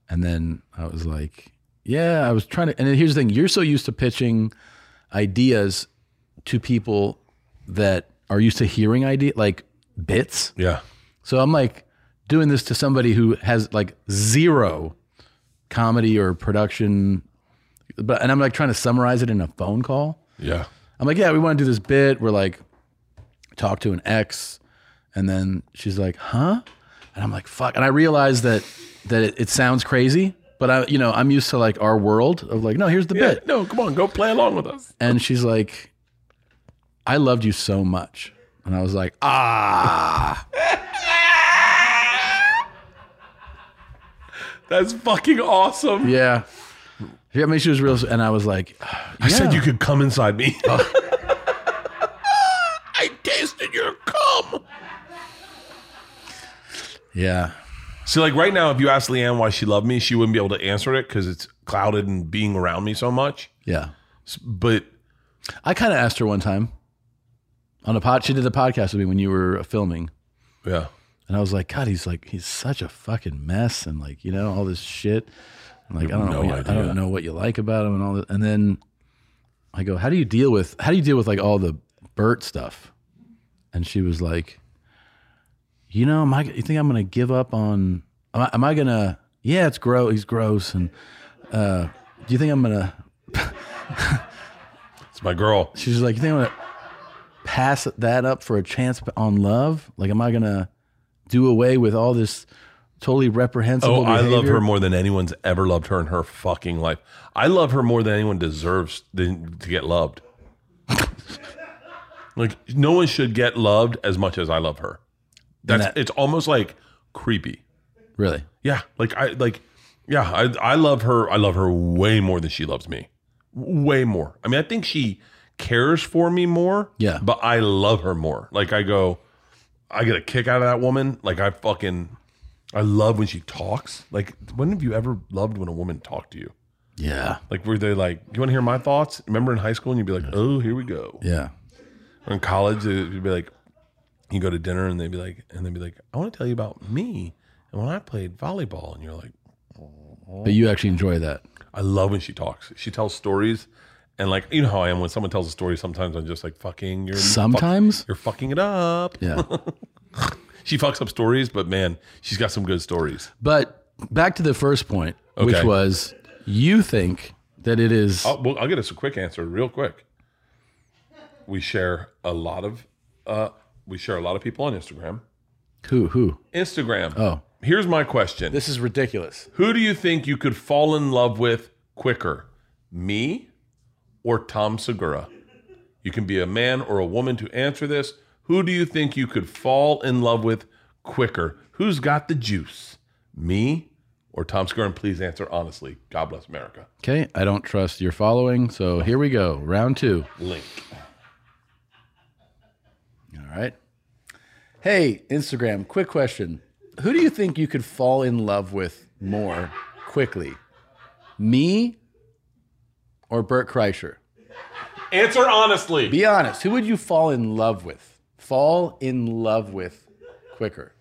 B: And then I was like, yeah, I was trying to. And then here's the thing you're so used to pitching ideas to people that are used to hearing idea like bits.
A: Yeah.
B: So I'm like doing this to somebody who has like zero comedy or production, but and I'm like trying to summarize it in a phone call.
A: Yeah.
B: I'm like, yeah, we want to do this bit. We're like, talk to an ex, and then she's like, huh? And I'm like, fuck. And I realized that that it, it sounds crazy, but I, you know, I'm used to like our world of like, no, here's the
A: Yeah,
B: bit.
A: no, come on, go play along with us.
B: And she's like, I loved you so much. And I was like, ah.
A: That's fucking awesome.
B: Yeah. Yeah, I mean, she was real. And I was like,
A: I said
B: yeah.
A: you could come inside me. I tasted your cum.
B: yeah.
A: See, like right now, if you asked Leanne why she loved me, she wouldn't be able to answer it because it's clouded in being around me so much.
B: Yeah.
A: S- But
B: I kind of asked her one time on a pod. She did a podcast with me when you were filming.
A: yeah,
B: And I was like, God, he's like, he's such a fucking mess. And like, you know, all this shit. I'm like, I don't
A: No
B: know. I
A: idea.
B: don't know what you like about him and all that. And then I go, how do you deal with, how do you deal with like all the Bert stuff? And she was like, you know, am I, you think I'm going to give up on, am I, am I going to, yeah, it's gross. He's gross. And, uh, do you think I'm going to,
A: it's my girl.
B: she's like, you think I'm going to pass that up for a chance on love? Like, am I going to do away with all this totally reprehensible
A: Oh, I love
B: behavior?
A: her more than anyone's ever loved her in her fucking life. I love her more than anyone deserves than to get loved. like no one should get loved as much as I love her. That's
B: that-
A: it's almost like creepy.
B: Really?
A: Yeah, like I like yeah, I I love her. I love her way more than she loves me. Way more. I mean, I think she cares for me more.
B: Yeah.
A: But I love her more. Like I go I get a kick out of that woman. Like I fucking I love when she talks. Like when have you ever loved when a woman talked to you?
B: Yeah.
A: Like were they like, "You want to hear my thoughts?" Remember in high school and you'd be like, "Oh, here we go."
B: Yeah.
A: Or in college, it would be like, you go to dinner and they'd be like, and they'd be like, "I want to tell you about me and when I played volleyball." And you're like,
B: But you actually enjoy that.
A: I love when she talks. She tells stories, and like you know how I am when someone tells a story. Sometimes I'm just like fucking. You're
B: Sometimes?
A: fuck- you're fucking it up.
B: Yeah.
A: She fucks up stories, but man, she's got some good stories.
B: but back to the first point, which
A: Okay. Oh.
B: was you think that it is-
A: I'll, well, I'll get us a quick answer, real quick. We share a lot of, uh, we share a lot of people on Instagram.
B: who who?
A: Instagram.
B: Oh.
A: Here's my question:
B: This is ridiculous.
A: Who do you think you could fall in love with quicker, me or Tom Segura? You can be a man or a woman to answer this. Who do you think you could fall in love with quicker? Who's got the juice? Me or Tom Segura? And please answer honestly. God bless America.
B: Okay, I don't trust your following, so here we go. Round two.
A: Link.
B: All right. Hey, Instagram, quick question. Who do you think you could fall in love with more quickly? Me or Bert Kreischer?
A: Answer honestly.
B: Be honest. Who would you fall in love with? Fall in love with quicker?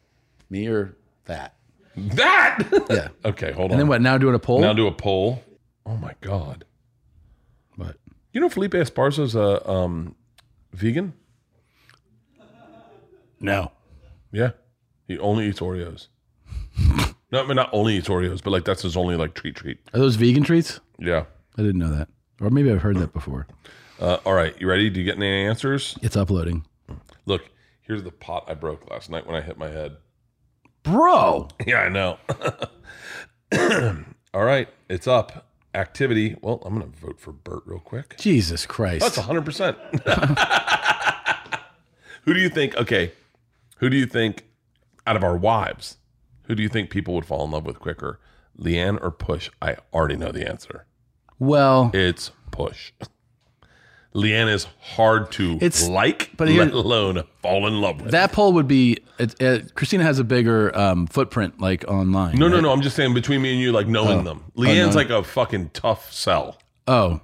B: Me or that?
A: that.
B: Yeah.
A: okay, hold on.
B: And then what? Now doing a poll?
A: Now do a poll. Oh my God.
B: what?
A: You know Felipe Esparza's a um, vegan?
B: No.
A: Yeah. He only eats Oreos. no, I mean, not only eats Oreos, but like that's his only like treat treat.
B: Are those vegan treats?
A: Yeah.
B: I didn't know that. Or maybe I've heard that before.
A: Uh, all right. You ready? Do you get any answers?
B: It's uploading.
A: Look, here's the pot I broke last night when I hit my head.
B: Bro.
A: Yeah, I know. all right. It's up. Activity. Well, I'm going to vote for Bert real quick.
B: Jesus Christ.
A: That's 100%. who do you think? Okay. Who do you think out of our wives, who do you think people would fall in love with quicker? Leanne or Push? I already know the answer.
B: well,
A: It's push. Leanne is hard to
B: It's-
A: like,
B: but
A: but
B: here-
A: let alone fall in love with.
B: that poll would be it, it, Christina has a bigger um, footprint like online.
A: no, no,
B: right?
A: no. I'm just saying between me and you, like knowing them. Leanne's like a fucking tough sell.
B: Oh,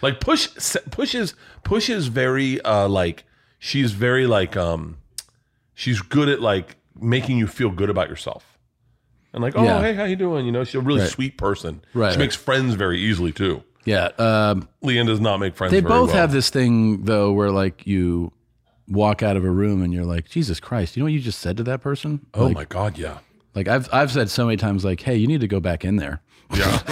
A: Like push, se- push is push is very uh like she's very like um she's good at like making you feel good about yourself. And like, oh
B: Yeah.
A: hey, how you doing? You know, she's a really sweet person.
B: Right,
A: She
B: right.
A: makes friends very easily too.
B: yeah. Um,
A: Leanne does not make friends.
B: They
A: very
B: both
A: well.
B: have this thing though, where like you walk out of a room and you're like, Jesus Christ, you know what you just said to that person?
A: Oh
B: like,
A: my god, yeah.
B: Like I've I've said so many times, like, hey, you need to go back in there.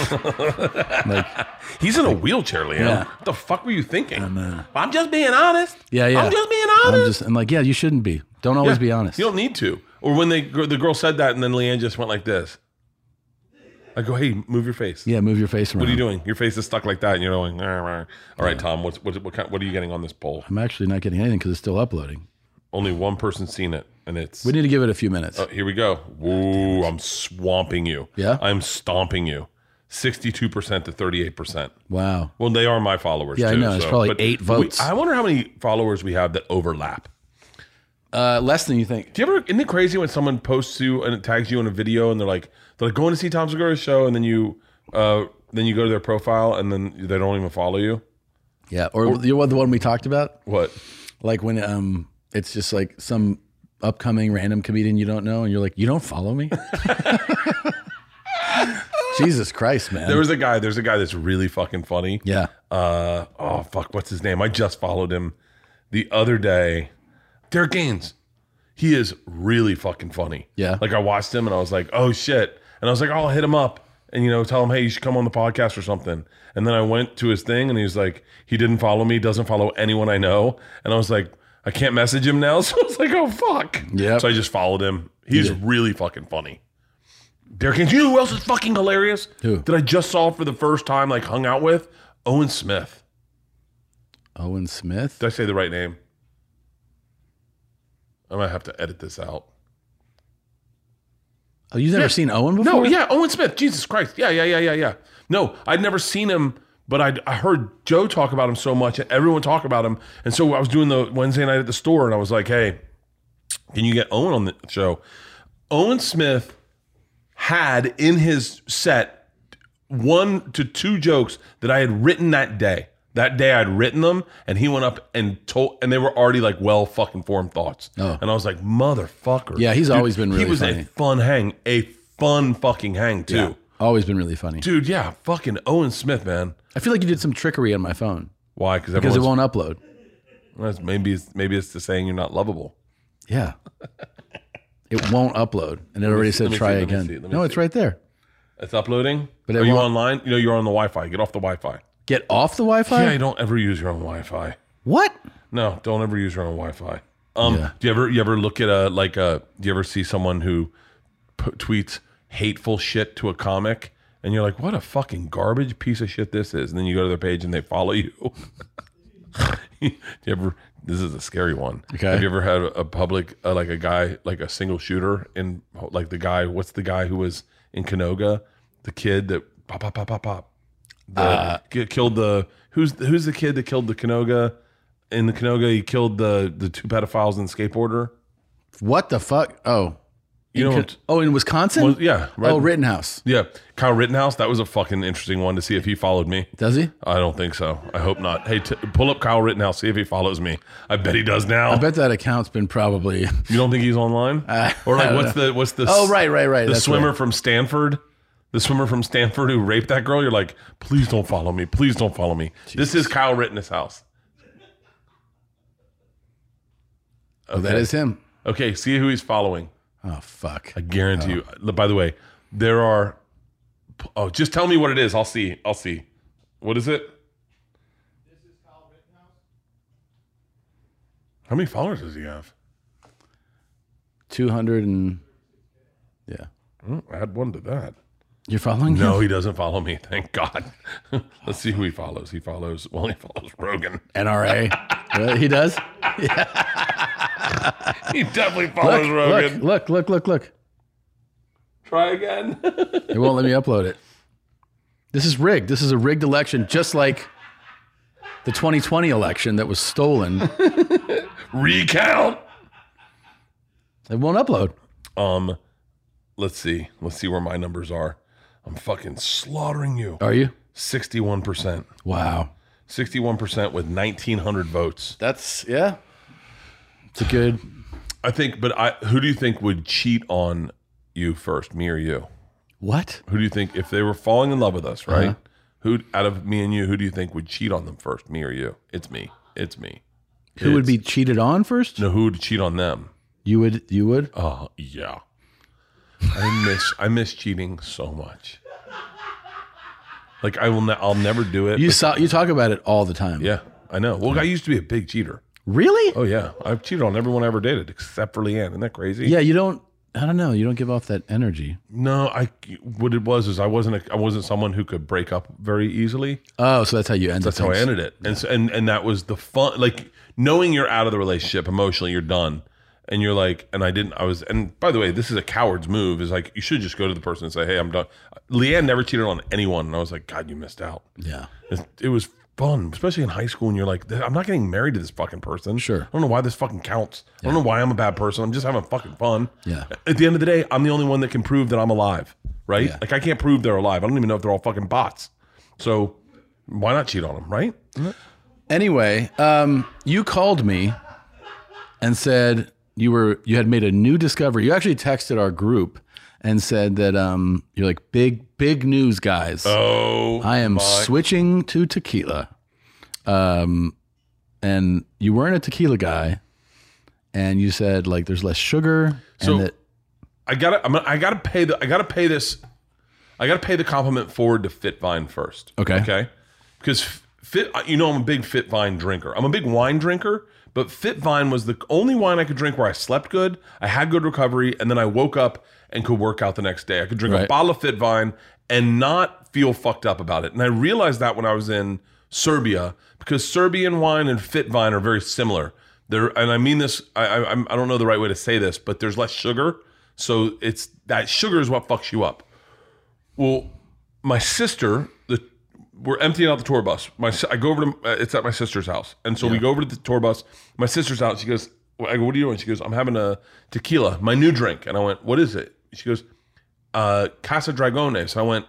B: Yeah. like
A: He's in a wheelchair, Liam.
B: Yeah.
A: What the fuck were you thinking? I'm, just being honest.
B: yeah, yeah.
A: I'm just being
B: I'm
A: honest.
B: just- and like, yeah, you shouldn't be. Don't always
A: Yeah.
B: be honest.
A: You don't need to. Or when they the girl said that, and then Leanne just went like this. I go, hey, move your face.
B: Yeah, move your face around.
A: What are you doing? Your face is stuck like that, and you're going. "Rah, rah." All right, Tom. What's what? What, kind, what are you getting on this poll?
B: I'm actually not getting anything because it's still uploading.
A: Only one person's seen it, and it's oh,
B: We need to give it a few minutes.
A: here we go. Woo! I'm swamping you.
B: Yeah?
A: I'm stomping you. Sixty-two percent to thirty-eight percent.
B: wow.
A: Well, they are my followers.
B: Yeah, I
A: too,
B: know. It's
A: so-
B: probably
A: but
B: eight
A: we-
B: votes.
A: I wonder how many followers we have that overlap.
B: Uh, less than you think.
A: Do you ever? Isn't it crazy when someone posts you and it tags you in a video, and they're like, they're like going to see Tom Segura's show, and then you, uh, then you go to their profile, and then they don't even follow you.
B: Yeah. Or, you know what the one we talked about?
A: What?
B: Like when um it's just like some upcoming random comedian you don't know and you're like, You don't follow me? Jesus Christ, man.
A: There was a guy. There's a guy that's really fucking funny.
B: yeah.
A: uh oh fuck what's his name i just followed him the other day derek gaines he is really fucking funny
B: Yeah.
A: like i watched him and i was like oh shit and i was like i'll hit him up and you know tell him hey you should come on the podcast or something and then i went to his thing and he was like he didn't follow me doesn't follow anyone i know and i was like i can't message him now so i was like oh fuck
B: Yep.
A: so i just followed him he's really fucking funny Derek Gaines. You know who else is fucking hilarious?
B: Who?
A: That I just saw for the first time, like hung out with? Owen Smith.
B: Owen Smith.
A: Did I say the right name? I might have to edit this out.
B: Oh, you've never seen Owen
A: No,
B: before?
A: yeah, Owen Smith. Jesus Christ. Yeah, yeah, yeah, yeah, yeah. No, I'd never seen him, but I'd, I heard Joe talk about him so much and everyone talk about him. And so I was doing the Wednesday night at the store and I was like, hey, can you get Owen on the show? Owen Smith had in his set one to two jokes that I had written that day. That day I'd written them and he went up and told, and they were already like well fucking formed thoughts.
B: Oh.
A: And I was like, motherfucker.
B: Yeah, he's always been
A: He
B: really
A: was a
B: funny.
A: fun hang, a fun fucking hang too.
B: Always Oh, been really funny.
A: Dude, yeah, fucking Owen Smith, man.
B: I feel like you did some trickery on my phone
A: Why? Because
B: because it
A: everyone's
B: won't upload.
A: that's- maybe it's, maybe it's the saying you're not lovable.
B: Yeah. it won't upload. And it already
A: see- let
B: said
A: me
B: try
A: see, let me
B: again.
A: see, let me
B: no, it's
A: see.
B: right there.
A: It's uploading.
B: But it
A: Are you
B: won't-
A: online? You know you're on the Wi-Fi. Get off the Wi-Fi.
B: Get off the Wi Fi?
A: Yeah, you don't ever use your own Wi-Fi.
B: What?
A: No, don't ever use your own Wi-Fi. Um,
B: Yeah.
A: do you ever you ever look at a like a do you ever see someone who p- tweets hateful shit to a comic and you're like, what a fucking garbage piece of shit this is, and then you go to their page and they follow you. do you ever? This is a scary one.
B: Okay.
A: Have you ever had a public uh, like a guy like a single shooter in like the guy? What's the guy who was in Canoga? The kid that pop pop pop pop pop. The,
B: Uh,
A: ki- killed the who's who's the kid that killed the Canoga? in the Canoga, he killed the the two pedophiles and the skateboarder.
B: What the fuck? Oh.
A: You know,
B: In Con- oh, in Wisconsin?
A: Well, yeah, right.
B: Oh, Rittenhouse.
A: yeah, Kyle Rittenhouse. That was a fucking interesting one to see if he followed me.
B: Does he?
A: I don't think so. I hope not. Hey, t- pull up Kyle Rittenhouse. See if he follows me. I bet he does now.
B: I bet that account's been probably.
A: you don't think he's online? or like,
B: I don't
A: what's the what's the?
B: Oh, right, right, right.
A: The
B: That's
A: swimmer
B: right.
A: from Stanford. The swimmer from Stanford who raped that girl. You're like, please don't follow me. Please don't follow me. This is Kyle Rittenhouse.
B: Oh, that is him.
A: Okay, see who he's following.
B: Oh, fuck.
A: I guarantee you. By the way, there are. Oh, just tell me what it is. I'll see. I'll see. What is it? How many followers does he have?
B: 200 and. Yeah.
A: Hmm, add one to that.
B: You're following him?
A: No, he doesn't follow me. Thank God. Let's see who he follows. He follows. Well, he follows Rogan.
B: NRA. Really? he does?
A: He definitely
B: Look,
A: follows
B: look,
A: Rogan.
B: look, look, look, look.
A: Try again.
B: It won't let me upload it. This is rigged. This is a rigged election, just like the 2020 election that was stolen. It
A: Recount.
B: won't upload.
A: Um, let's see. Let's see where my numbers are. I'm fucking slaughtering you.
B: Are you?
A: Sixty-one percent.
B: Wow.
A: 61% with 1900 votes.
B: That's, yeah. It's a good.
A: I think but I who do you think would cheat on you first, me or you?
B: What?
A: Who do you think if they were falling in love with us, right?
B: Uh-huh.
A: Who out of me and you, who do you think would cheat on them first, me or you? It's me. It's me.
B: Who would be cheated on first?
A: No, who would cheat on them?
B: You would, you would?
A: Oh, Uh, yeah. I miss I miss cheating so much. Like I will, ne- I'll never do it.
B: You
A: but-
B: saw you talk about it all the time.
A: yeah, I know. Well, I used to be a big cheater.
B: Really?
A: Oh yeah, I've cheated on everyone I ever dated except for Leanne. Isn't that crazy?
B: Yeah, you don't I don't know, you don't give off that energy.
A: No, I. What it was is I wasn't a, I wasn't someone who could break up very easily.
B: Oh, so that's how you end
A: That's
B: up.
A: how I ended it. And so, and and that was the fun. Like knowing you're out of the relationship emotionally, you're done. And you're like, and I didn't. I was, and by the way, this is a coward's move. Is like you should just go to the person and say, "Hey, I'm done." Leanne never cheated on anyone, and I was like, "God, you missed out."
B: Yeah.
A: It, it was fun, especially in high school. And you're like, I'm not getting married to this fucking person.
B: Sure.
A: I don't know why this fucking counts. I don't know why I'm a bad person. I'm just having fucking fun.
B: Yeah.
A: At the end of the day, I'm the only one that can prove that I'm alive, right?
B: Yeah.
A: Like I can't prove they're alive. I don't even know if they're all fucking bots. So why not cheat on them, right?
B: Anyway, um, you called me and said you were you had made a new discovery. You actually texted our group and said that um, you're like big big news, guys.
A: Oh,
B: I am switching to tequila. Um, and you weren't a tequila guy, and you said like there's less sugar.
A: So-
B: and that,
A: I gotta, I'm, I gotta pay the, I gotta pay this, I gotta pay the compliment forward to Fitvine first.
B: Okay.
A: Okay. Because Fit, you know, I'm a big Fitvine drinker. I'm a big wine drinker, but Fitvine was the only wine I could drink where I slept good, I had good recovery, and then I woke up and could work out the next day. I could drink a
B: Right.
A: bottle of Fitvine and not feel fucked up about it. And I realized that when I was in Serbia, because Serbian wine and Fitvine are very similar. There, and I mean this, I, I, I'm- I don't know the right way to say this, but there's less sugar. So it's that sugar is what fucks you up. Well, my sister, the we're emptying out the tour bus. My si- I go over to uh, it's at my sister's house, and so we go over to the tour bus. My sister's house. She goes, I go, what are you doing? She goes, I'm having a tequila, my new drink, and I went, what is it? She goes, uh, Casa Dragones. I went,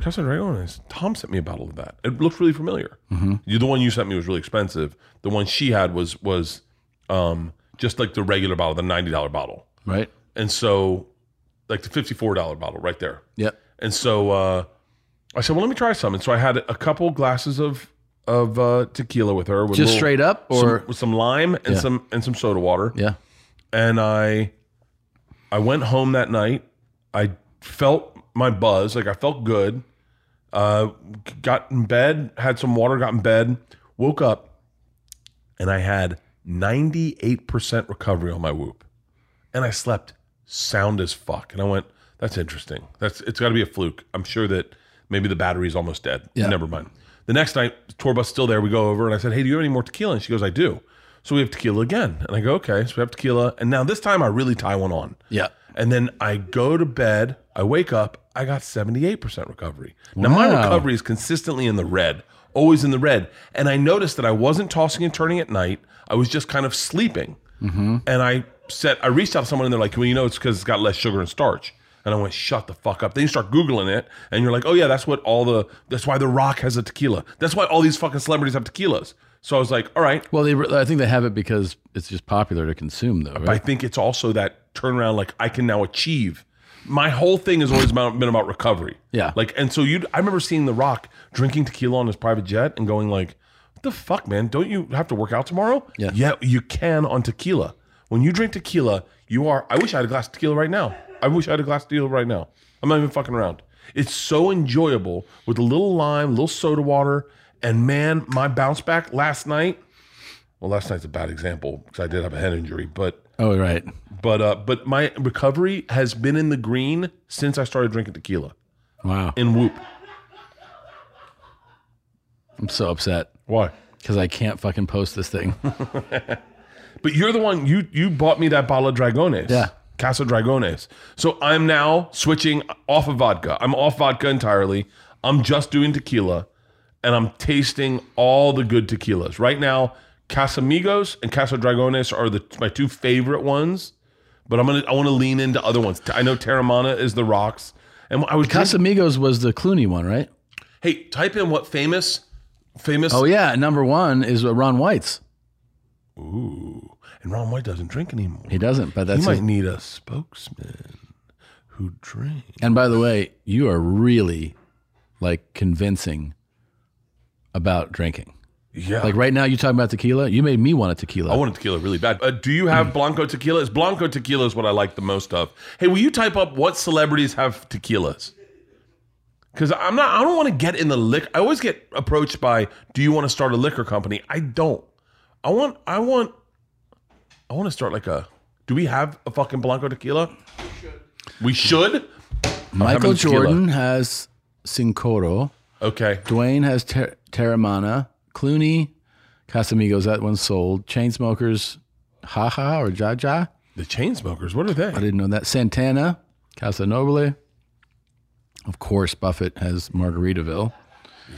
A: Casa Dragones. Tom sent me a bottle of that. It looked really familiar. You, the one you sent me was really expensive. The one she had was was um, just like the regular bottle, the ninety dollar bottle,
B: right?
A: and so like the fifty four dollar bottle right there.
B: Yep.
A: And so uh, I said, "Well, let me try some." And so I had a couple glasses of of uh, tequila with her, with
B: Just
A: little-
B: straight up,
A: some,
B: or
A: with some lime and
B: Yeah.
A: some and some soda water.
B: yeah,
A: And I I went home that night. I felt my buzz, like I felt good. Uh, got in bed, had some water, got in bed, woke up, and I had ninety eight percent recovery on my whoop, and I slept sound as fuck. And I went, "That's interesting. That's it's got to be a fluke. I'm sure that maybe the battery's almost dead.
B: Yeah.
A: Never mind." The next night, the tour bus still there. We go over, and I said, "Hey, do you have any more tequila?" And she goes, "I do." So we have tequila again, and I go, "Okay." So we have tequila, and now this time I really tie one on.
B: yeah.
A: And then I go to bed, I wake up, I got 78% recovery. Now, my
B: Wow.
A: recovery is consistently in the red, always in the red. And I noticed that I wasn't tossing and turning at night, I was just kind of sleeping. And I said, I reached out to someone and they're like, well, you know, it's because it's got less sugar and starch. And I went, shut the fuck up. Then you start Googling it and you're like, oh, yeah, that's what all the, that's why The Rock has a tequila. That's why all these fucking celebrities have tequilas. So I was like, all right,
B: Well, they re- I think they have it because it's just popular to consume, though.
A: I
B: Right?
A: think it's also that turnaround, like I can now achieve. My whole thing has always about, been about recovery.
B: Yeah.
A: Like, and so you, I remember seeing The Rock drinking tequila on his private jet and going like, "What the fuck, man? Don't you have to work out tomorrow?"
B: Yeah.
A: Yeah, you can on tequila. When you drink tequila, you are. I wish I had a glass of tequila right now. I wish I had a glass of tequila right now. I'm not even fucking around. It's so enjoyable with a little lime, a little soda water, and man, my bounce back last night. Well, last night's a bad example because I did have a head injury, but
B: oh, right.
A: but uh, but my recovery has been in the green since I started drinking tequila
B: Wow.
A: in Whoop.
B: I'm so upset
A: Why?
B: because I can't fucking post this thing.
A: But you're the one you you bought me that bottle of Dragones.
B: Yeah.
A: Casa Dragones. So I'm now switching off of vodka. I'm off vodka entirely. I'm just doing tequila, and I'm tasting all the good tequilas right now. Casamigos and Casa Dragones are the my two favorite ones, but I'm gonna I want to lean into other ones. I know Terramana is the rocks, and I was drink-
B: Casamigos was the Clooney one, right?
A: Hey, type in what famous, famous.
B: Oh yeah, number one is uh, Ron White's.
A: Ooh, and Ron White doesn't drink anymore.
B: He doesn't, but
A: He
B: that's
A: might
B: his-
A: need a spokesman who drinks.
B: And by the way, you are really like convincing about drinking.
A: Yeah.
B: Like right now, you talking about tequila? You made me want a tequila.
A: I wanted tequila really bad. Uh, do you have Blanco tequilas? Blanco tequila is what I like the most of. Hey, will you type up what celebrities have tequilas? Because I'm not. I don't want to get in the lick. I always get approached by, "Do you want to start a liquor company?" I don't. I want. I want. I want to start like a. Do we have a fucking Blanco tequila? We should.
B: Michael
A: having tequila.
B: Jordan has Sincoro.
A: Okay.
B: Dwayne has ter- Terramana. Clooney, Casamigos. That one's sold. Chainsmokers, Ha Ha or Ja Ja.
A: The chain smokers. What are
B: I
A: they?
B: didn't know that. Santana, Casa Noble. Of course, Buffett has Margaritaville.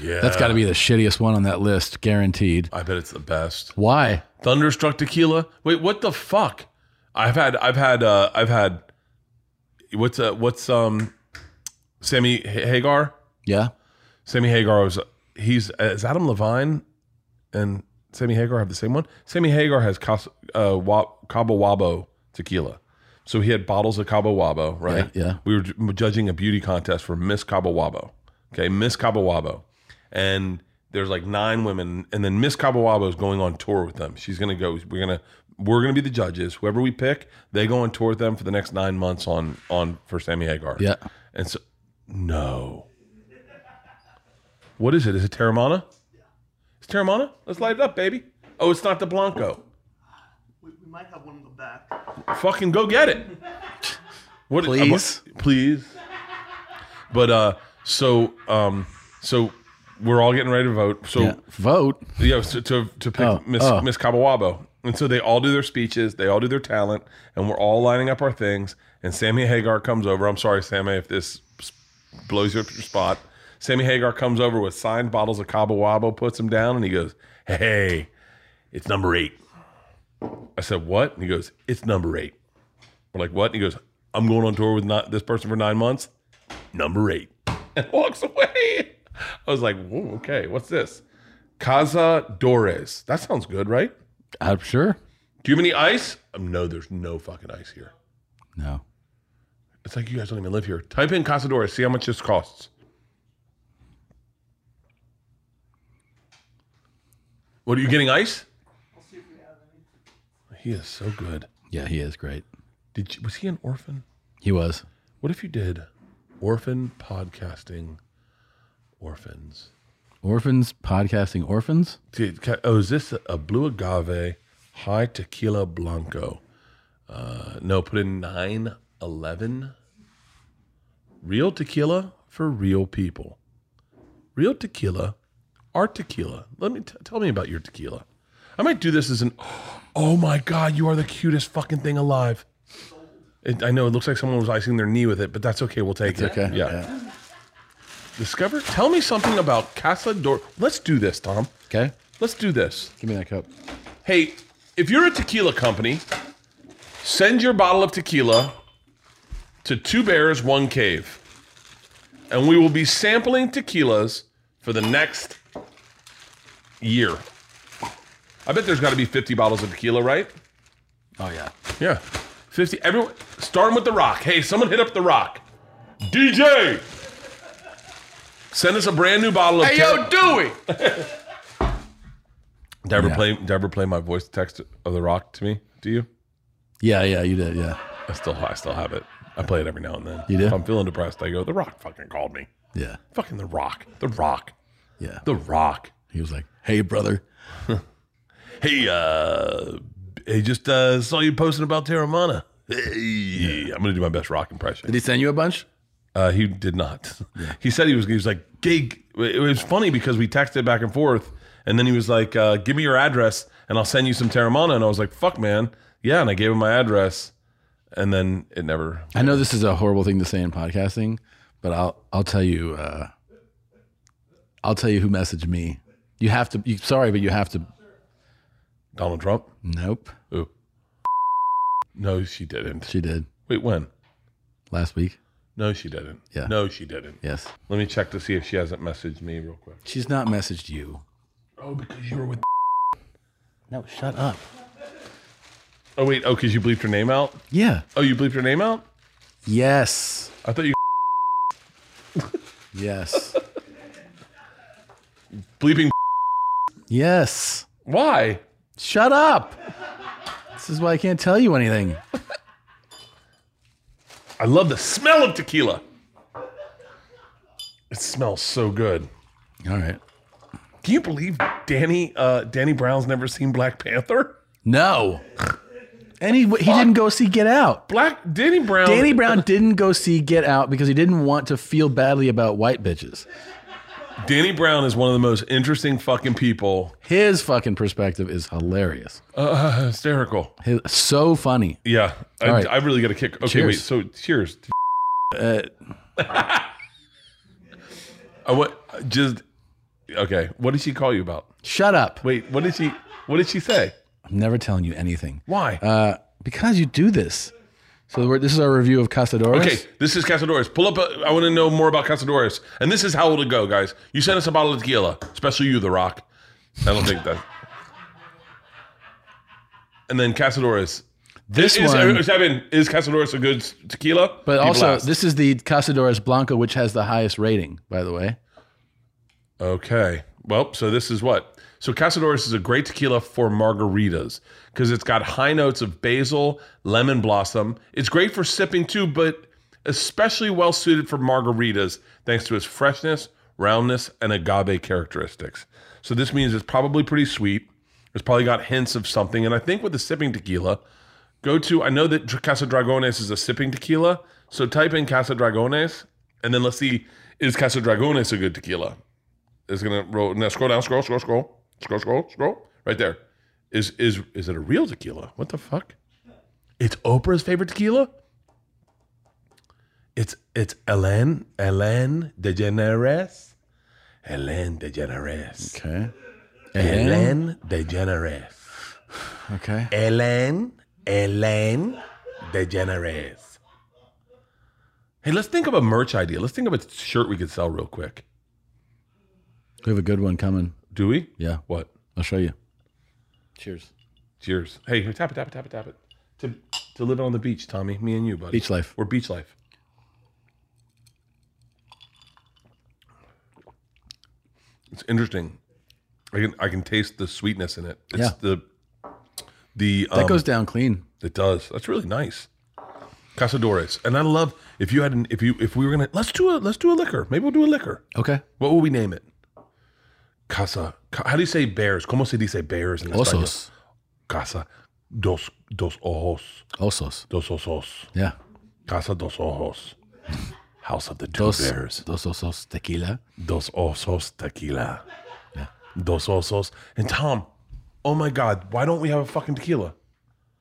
A: Yeah.
B: That's got to be the shittiest one on that list, guaranteed.
A: I bet it's the best.
B: Why?
A: Thunderstruck tequila. Wait, what the fuck? I've had, I've had, uh, I've had. What's uh, what's um, Sammy H- Hagar?
B: Yeah.
A: Sammy Hagar was he's is Adam Levine and Sammy Hagar have the same one. Sammy Hagar has Cas- uh, Wa- Cabo Wabo tequila. So he had bottles of Cabo Wabo, right?
B: Yeah, yeah.
A: We were ju- judging a beauty contest for Miss Cabo Wabo. Okay, Miss Cabo Wabo, and there's like nine women, and then Miss Cabo Wabo is going on tour with them. She's gonna go. We're gonna we're gonna be the judges. Whoever we pick, they go on tour with them for the next nine months on on for Sammy Hagar.
B: Yeah.
A: And so, no. What is it? Is it Terramana? It's Terramana? Let's light it up, baby. Oh, it's not the Blanco.
E: We, we might have one in the back.
A: Fucking go get it. What,
B: Please.
A: I'm- please. But uh, so um, so we're all getting ready to vote. So
B: yeah. Vote.
A: yeah, so to to pick
B: Oh,
A: Miss
B: oh.
A: Miss Kabawabo. And so they all do their speeches, they all do their talent, and we're all lining up our things. And Sammy Hagar comes over. I'm sorry, Sammy, if this s- blows you up your spot. Sammy Hagar comes over with signed bottles of Kabawabo, puts them down, and he goes, "Hey, it's number eight. I said, "What?" And he goes, "It's number eight. We're like, "What?" And he goes, "I'm going on tour with not this person for nine months. Number eight. and walks away. I was like, "Whoa, "Okay, what's this?" Casa Dores. That sounds good, right?
B: I'm sure.
A: Do you have any ice? Um, no, there's no fucking ice here.
B: No.
A: It's like you guys don't even live here. Type in Casa Dores, see how much this costs. What are you getting ice? He is so good.
B: Yeah, he is great.
A: Did you, was he an orphan?
B: He was.
A: What if you did orphan podcasting orphans?
B: Orphans, podcasting orphans.
A: Dude, ca- oh, is this a blue agave high tequila blanco? Uh, no, put in nine eleven. Real tequila for real people. Real tequila, our tequila. Let me t- tell me about your tequila. I might do this as an. Oh my god, you are the cutest fucking thing alive. It, I know it looks like someone was icing their knee with it, but that's okay. We'll take it.
B: Okay.
A: Yeah. Discover. Tell me something about Casa Dor. Let's do this, Tom.
B: Okay.
A: Let's do this.
B: Give me that cup.
A: Hey, if you're a tequila company, send your bottle of tequila to Two Bears, One Cave. And we will be sampling tequilas for the next year. I bet there's got to be 50 bottles of tequila, right?
B: Oh yeah.
A: Yeah. 50. Everyone, starting with The Rock. Hey, someone hit up The Rock. DJ! Send us a brand new bottle of Hey, yo, Dewey! Did I ever
B: Yeah.
A: play, did I ever play my voice text of The Rock to me? Do you?
B: Yeah, yeah, you did. Yeah.
A: I still, I still have it. I play it every now and then.
B: You do?
A: If I'm feeling depressed, I go, The Rock fucking called me.
B: Yeah.
A: Fucking The Rock. The Rock.
B: Yeah.
A: The Rock.
B: He was like, "Hey, brother."
A: Hey, uh, I just uh, saw you posting about Terramana. Hey, I'm going to do my best rock impression.
B: Did he send you a bunch?
A: Uh, he did not. He said he was. He was like, "Gig." It was funny because we texted back and forth, and then he was like, uh, "Give me your address, and I'll send you some Terramana." And I was like, "Fuck, man, yeah." And I gave him my address, and then it never.
B: I know this is a horrible thing to say in podcasting, but I'll I'll tell you uh, I'll tell you who messaged me. You have to. You, sorry, but you have to.
A: Donald Trump.
B: Nope,
A: Ooh. No, she didn't.
B: she did
A: Wait, when?
B: last week.
A: No, she didn't.
B: Yeah.
A: No, she didn't.
B: Yes,
A: Let me check to see if she hasn't messaged me real quick.
B: she's not messaged you.
A: Oh, because you were with.
B: No, shut up.
A: Oh wait. Oh, because you bleeped her name out.
B: Yeah.
A: Oh, you bleeped her name out.
B: Yes.
A: I thought you
B: Yes.
A: bleeping.
B: Yes.
A: Why?
B: Shut up. This is why I can't tell you anything.
A: I love the smell of tequila. It smells so good.
B: All right.
A: Can you believe Danny uh, Danny Brown's never seen Black Panther?
B: No. And he he didn't go see Get Out.
A: Black Danny Brown.
B: Danny Brown didn't go see Get Out because he didn't want to feel badly about white bitches.
A: Danny Brown is one of the most interesting fucking people.
B: His fucking perspective is hilarious.
A: Uh, hysterical.
B: His, so funny.
A: Yeah. I,
B: All right.
A: I really got a kick. Okay,
B: Cheers.
A: wait. So cheers.
B: Uh,
A: I what just okay. What did she call you about?
B: shut up.
A: Wait. What did she? What did she say?
B: I'm never telling you anything.
A: Why?
B: Uh, because you do this. So we're, this is our review of Casadores.
A: Okay, this is Casadores. Pull up. A, I want to know more about Casadores. And this is how it'll go, guys. You sent us a bottle of tequila, especially you, The Rock. I don't think that. And then Casadores.
B: This
A: is,
B: one-
A: Is, I mean, is Casadores a good tequila?
B: But
A: People
B: also,
A: ask.
B: this is the Casadores Blanco, which has the highest rating, by the way.
A: Okay. Well, so this is what. So Casadores is a great tequila for margaritas because it's got high notes of basil, lemon blossom. It's great for sipping too, but especially well suited for margaritas thanks to its freshness, roundness, and agave characteristics. So this means it's probably pretty sweet. It's probably got hints of something. And I think with the sipping tequila, go to I know that Casa Dragones is a sipping tequila, so type in Casa Dragones and then let's see is Casa Dragones a good tequila? It's gonna roll now scroll down, scroll, scroll, scroll, scroll, scroll, scroll. Right there. Is is is it a real tequila? What the fuck? It's Oprah's favorite tequila? It's it's Hélène Hélène DeGeneres. Hélène DeGeneres.
B: Okay.
A: Hélène DeGeneres.
B: Okay.
A: Ellen, Ellen DeGeneres. Hey, let's think of a merch idea. Let's think of a shirt we could sell real quick.
B: We have a good one coming.
A: Do we?
B: Yeah.
A: What?
B: I'll show you. Cheers.
A: Cheers. Hey, here, tap it, tap it, tap it, tap it. To to live on the beach, Tommy. Me and you, buddy.
B: Beach life.
A: We're beach life. It's interesting. I can I can taste the sweetness in it. It's
B: Yeah.
A: the the um,
B: That goes down clean.
A: It does. That's really nice. Casadores. And I love if you had an, if you if we were gonna let's do a let's do a liquor. Maybe we'll do a liquor.
B: Okay.
A: What will we name it? Casa. ca- How do you say bears? Como se dice bears in Espanol?
B: Osos.
A: Casa dos dos ojos.
B: Osos.
A: Dos osos.
B: Yeah.
A: Casa dos ojos. House of the two
B: Dos,
A: bears.
B: dos osos tequila.
A: Dos osos tequila. Dos osos. And Tom, oh my God, why don't we have a fucking tequila?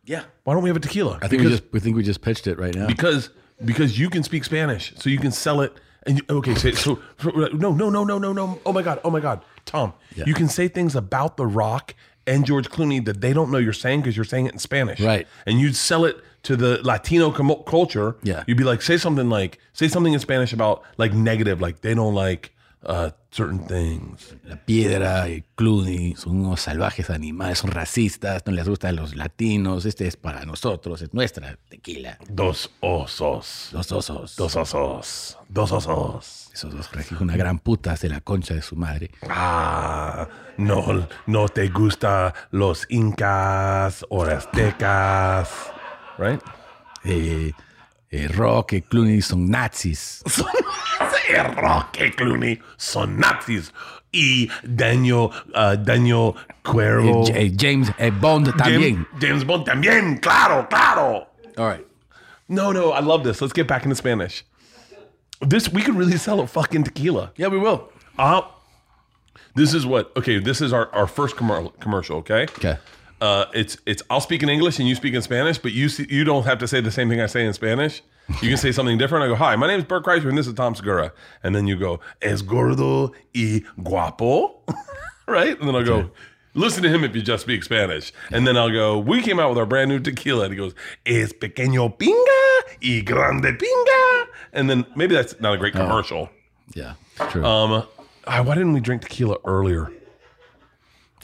B: Yeah.
A: Why don't we have a tequila?
B: I think we just we think we just pitched it right now.
A: because because you can speak Spanish, so you can sell it. And you, okay, say so, so. No, no, no, no, no, no. Oh my God, oh my God, Tom, you can say things about The Rock and George Clooney that they don't know you're saying because you're saying it in Spanish,
B: Right.
A: And you'd sell it to the Latino com- culture.
B: Yeah.
A: you'd be like, say something like, say something in Spanish about like negative, like they don't like uh certain things.
B: La Piedra y Clooney son unos salvajes animales, son racistas, no les gustan los latinos. Este es para nosotros, es nuestra tequila.
A: Dos osos,
B: Los osos.
A: dos osos, dos osos.
B: Esos dos regi- una gran puta de la concha de su madre.
A: Ah, no, no te gusta los incas or aztecas, right?
B: Eh, eh, Rock y Clooney son nazis.
A: Say Roque Clooney son nazis y Daniel uh, Daniel
B: Eh,
A: Cuervo.
B: J- eh, James eh, Bond
A: James,
B: también.
A: James Bond también, claro, claro.
B: All right.
A: No, no, I love this. Let's get back into Spanish. This we could really sell a fucking tequila.
B: Yeah, we will.
A: Uh, this is what okay. This is our our first commer- commercial. Okay.
B: Okay.
A: uh, it's it's I'll speak in English and you speak in Spanish, but you see, you don't have to say the same thing I say in Spanish. You can say something different. I go, "Hi, my name is Bert Kreischer, and this is Tom Segura." And then you go, "Es gordo y guapo," right? And then I'll go, "Listen to him if you just speak Spanish." And then I'll go, "We came out with our brand new tequila," and he goes, "Es pequeño pinga y grande pinga." And then maybe that's not a great commercial.
B: Yeah. True.
A: Um, ah, why didn't we drink tequila earlier?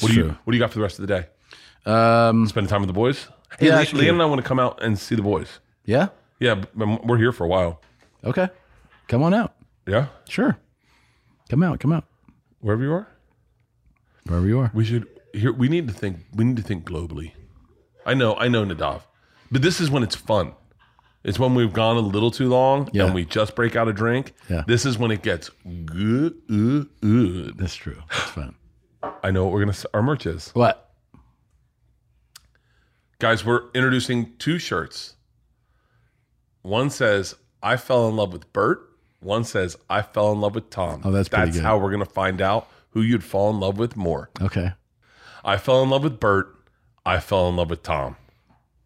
A: What do you
B: True.
A: What do you got for the rest of the day?
B: um,
A: Spend time with the boys. Hey,
B: Yeah,
A: Le-
B: actually-
A: Leanne and I want to come out and see the boys.
B: yeah.
A: Yeah, b- but we're here for a while.
B: Okay. Come on out.
A: Yeah,
B: Sure. Come out. Come out.
A: wherever you are.
B: wherever you are.
A: We should here. We need to think. We need to think globally. I know. I know, Nadav. But this is when it's fun. It's when we've gone a little too long
B: Yeah.
A: and we just break out a drink.
B: Yeah.
A: This is when it gets good.
B: That's true. That's fun.
A: I know what we're gonna. s- Our merch is,
B: What?
A: guys. We're introducing two shirts. One says "I fell in love with Bert." One says "I fell in love with Tom."
B: Oh, that's pretty
A: that's
B: good.
A: how we're gonna find out who you'd fall in love with more.
B: Okay.
A: I fell in love with Bert. I fell in love with Tom.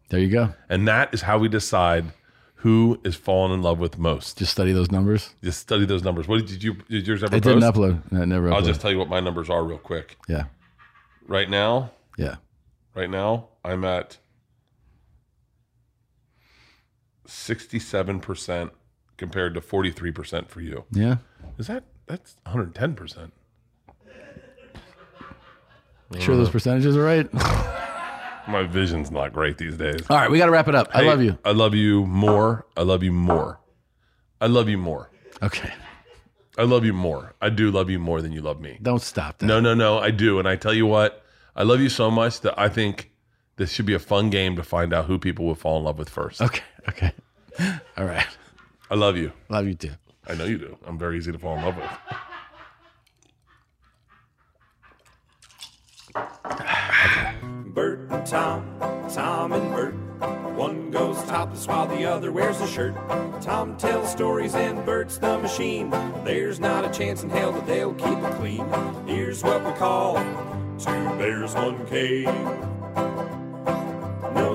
B: There you go.
A: And that is how we decide who is falling in love with most. Just,
B: Just study those numbers.
A: study those numbers. What did you did yours ever
B: It
A: post?
B: didn't upload. No, it never uploaded.
A: I'll just tell you what my numbers are real quick.
B: yeah.
A: Right now,
B: Yeah.
A: right now, I'm at 67% compared to 43% for you.
B: Yeah.
A: Is that that's 110%.
B: Sure
A: Uh,
B: those percentages are right.
A: My vision's not great these days.
B: All right, we got to wrap it up. I
A: Hey,
B: love you.
A: I love you more. I love you more. I love you more.
B: Okay.
A: I love you more. I do love you more than you love me.
B: Don't stop that.
A: No, no, no. I do. And I tell you what, I love you so much that I think this should be a fun game to find out who people will fall in love with first.
B: Okay. Okay. All right.
A: I love you.
B: Love you too.
A: I know you do. I'm very easy to fall in love with.
F: Bert and Tom, Tom and Bert. One goes topless while the other wears a shirt. Tom tells stories and Bert's the machine. There's not a chance in hell that they'll keep it clean. Here's what we call Two Bears, One Cave. No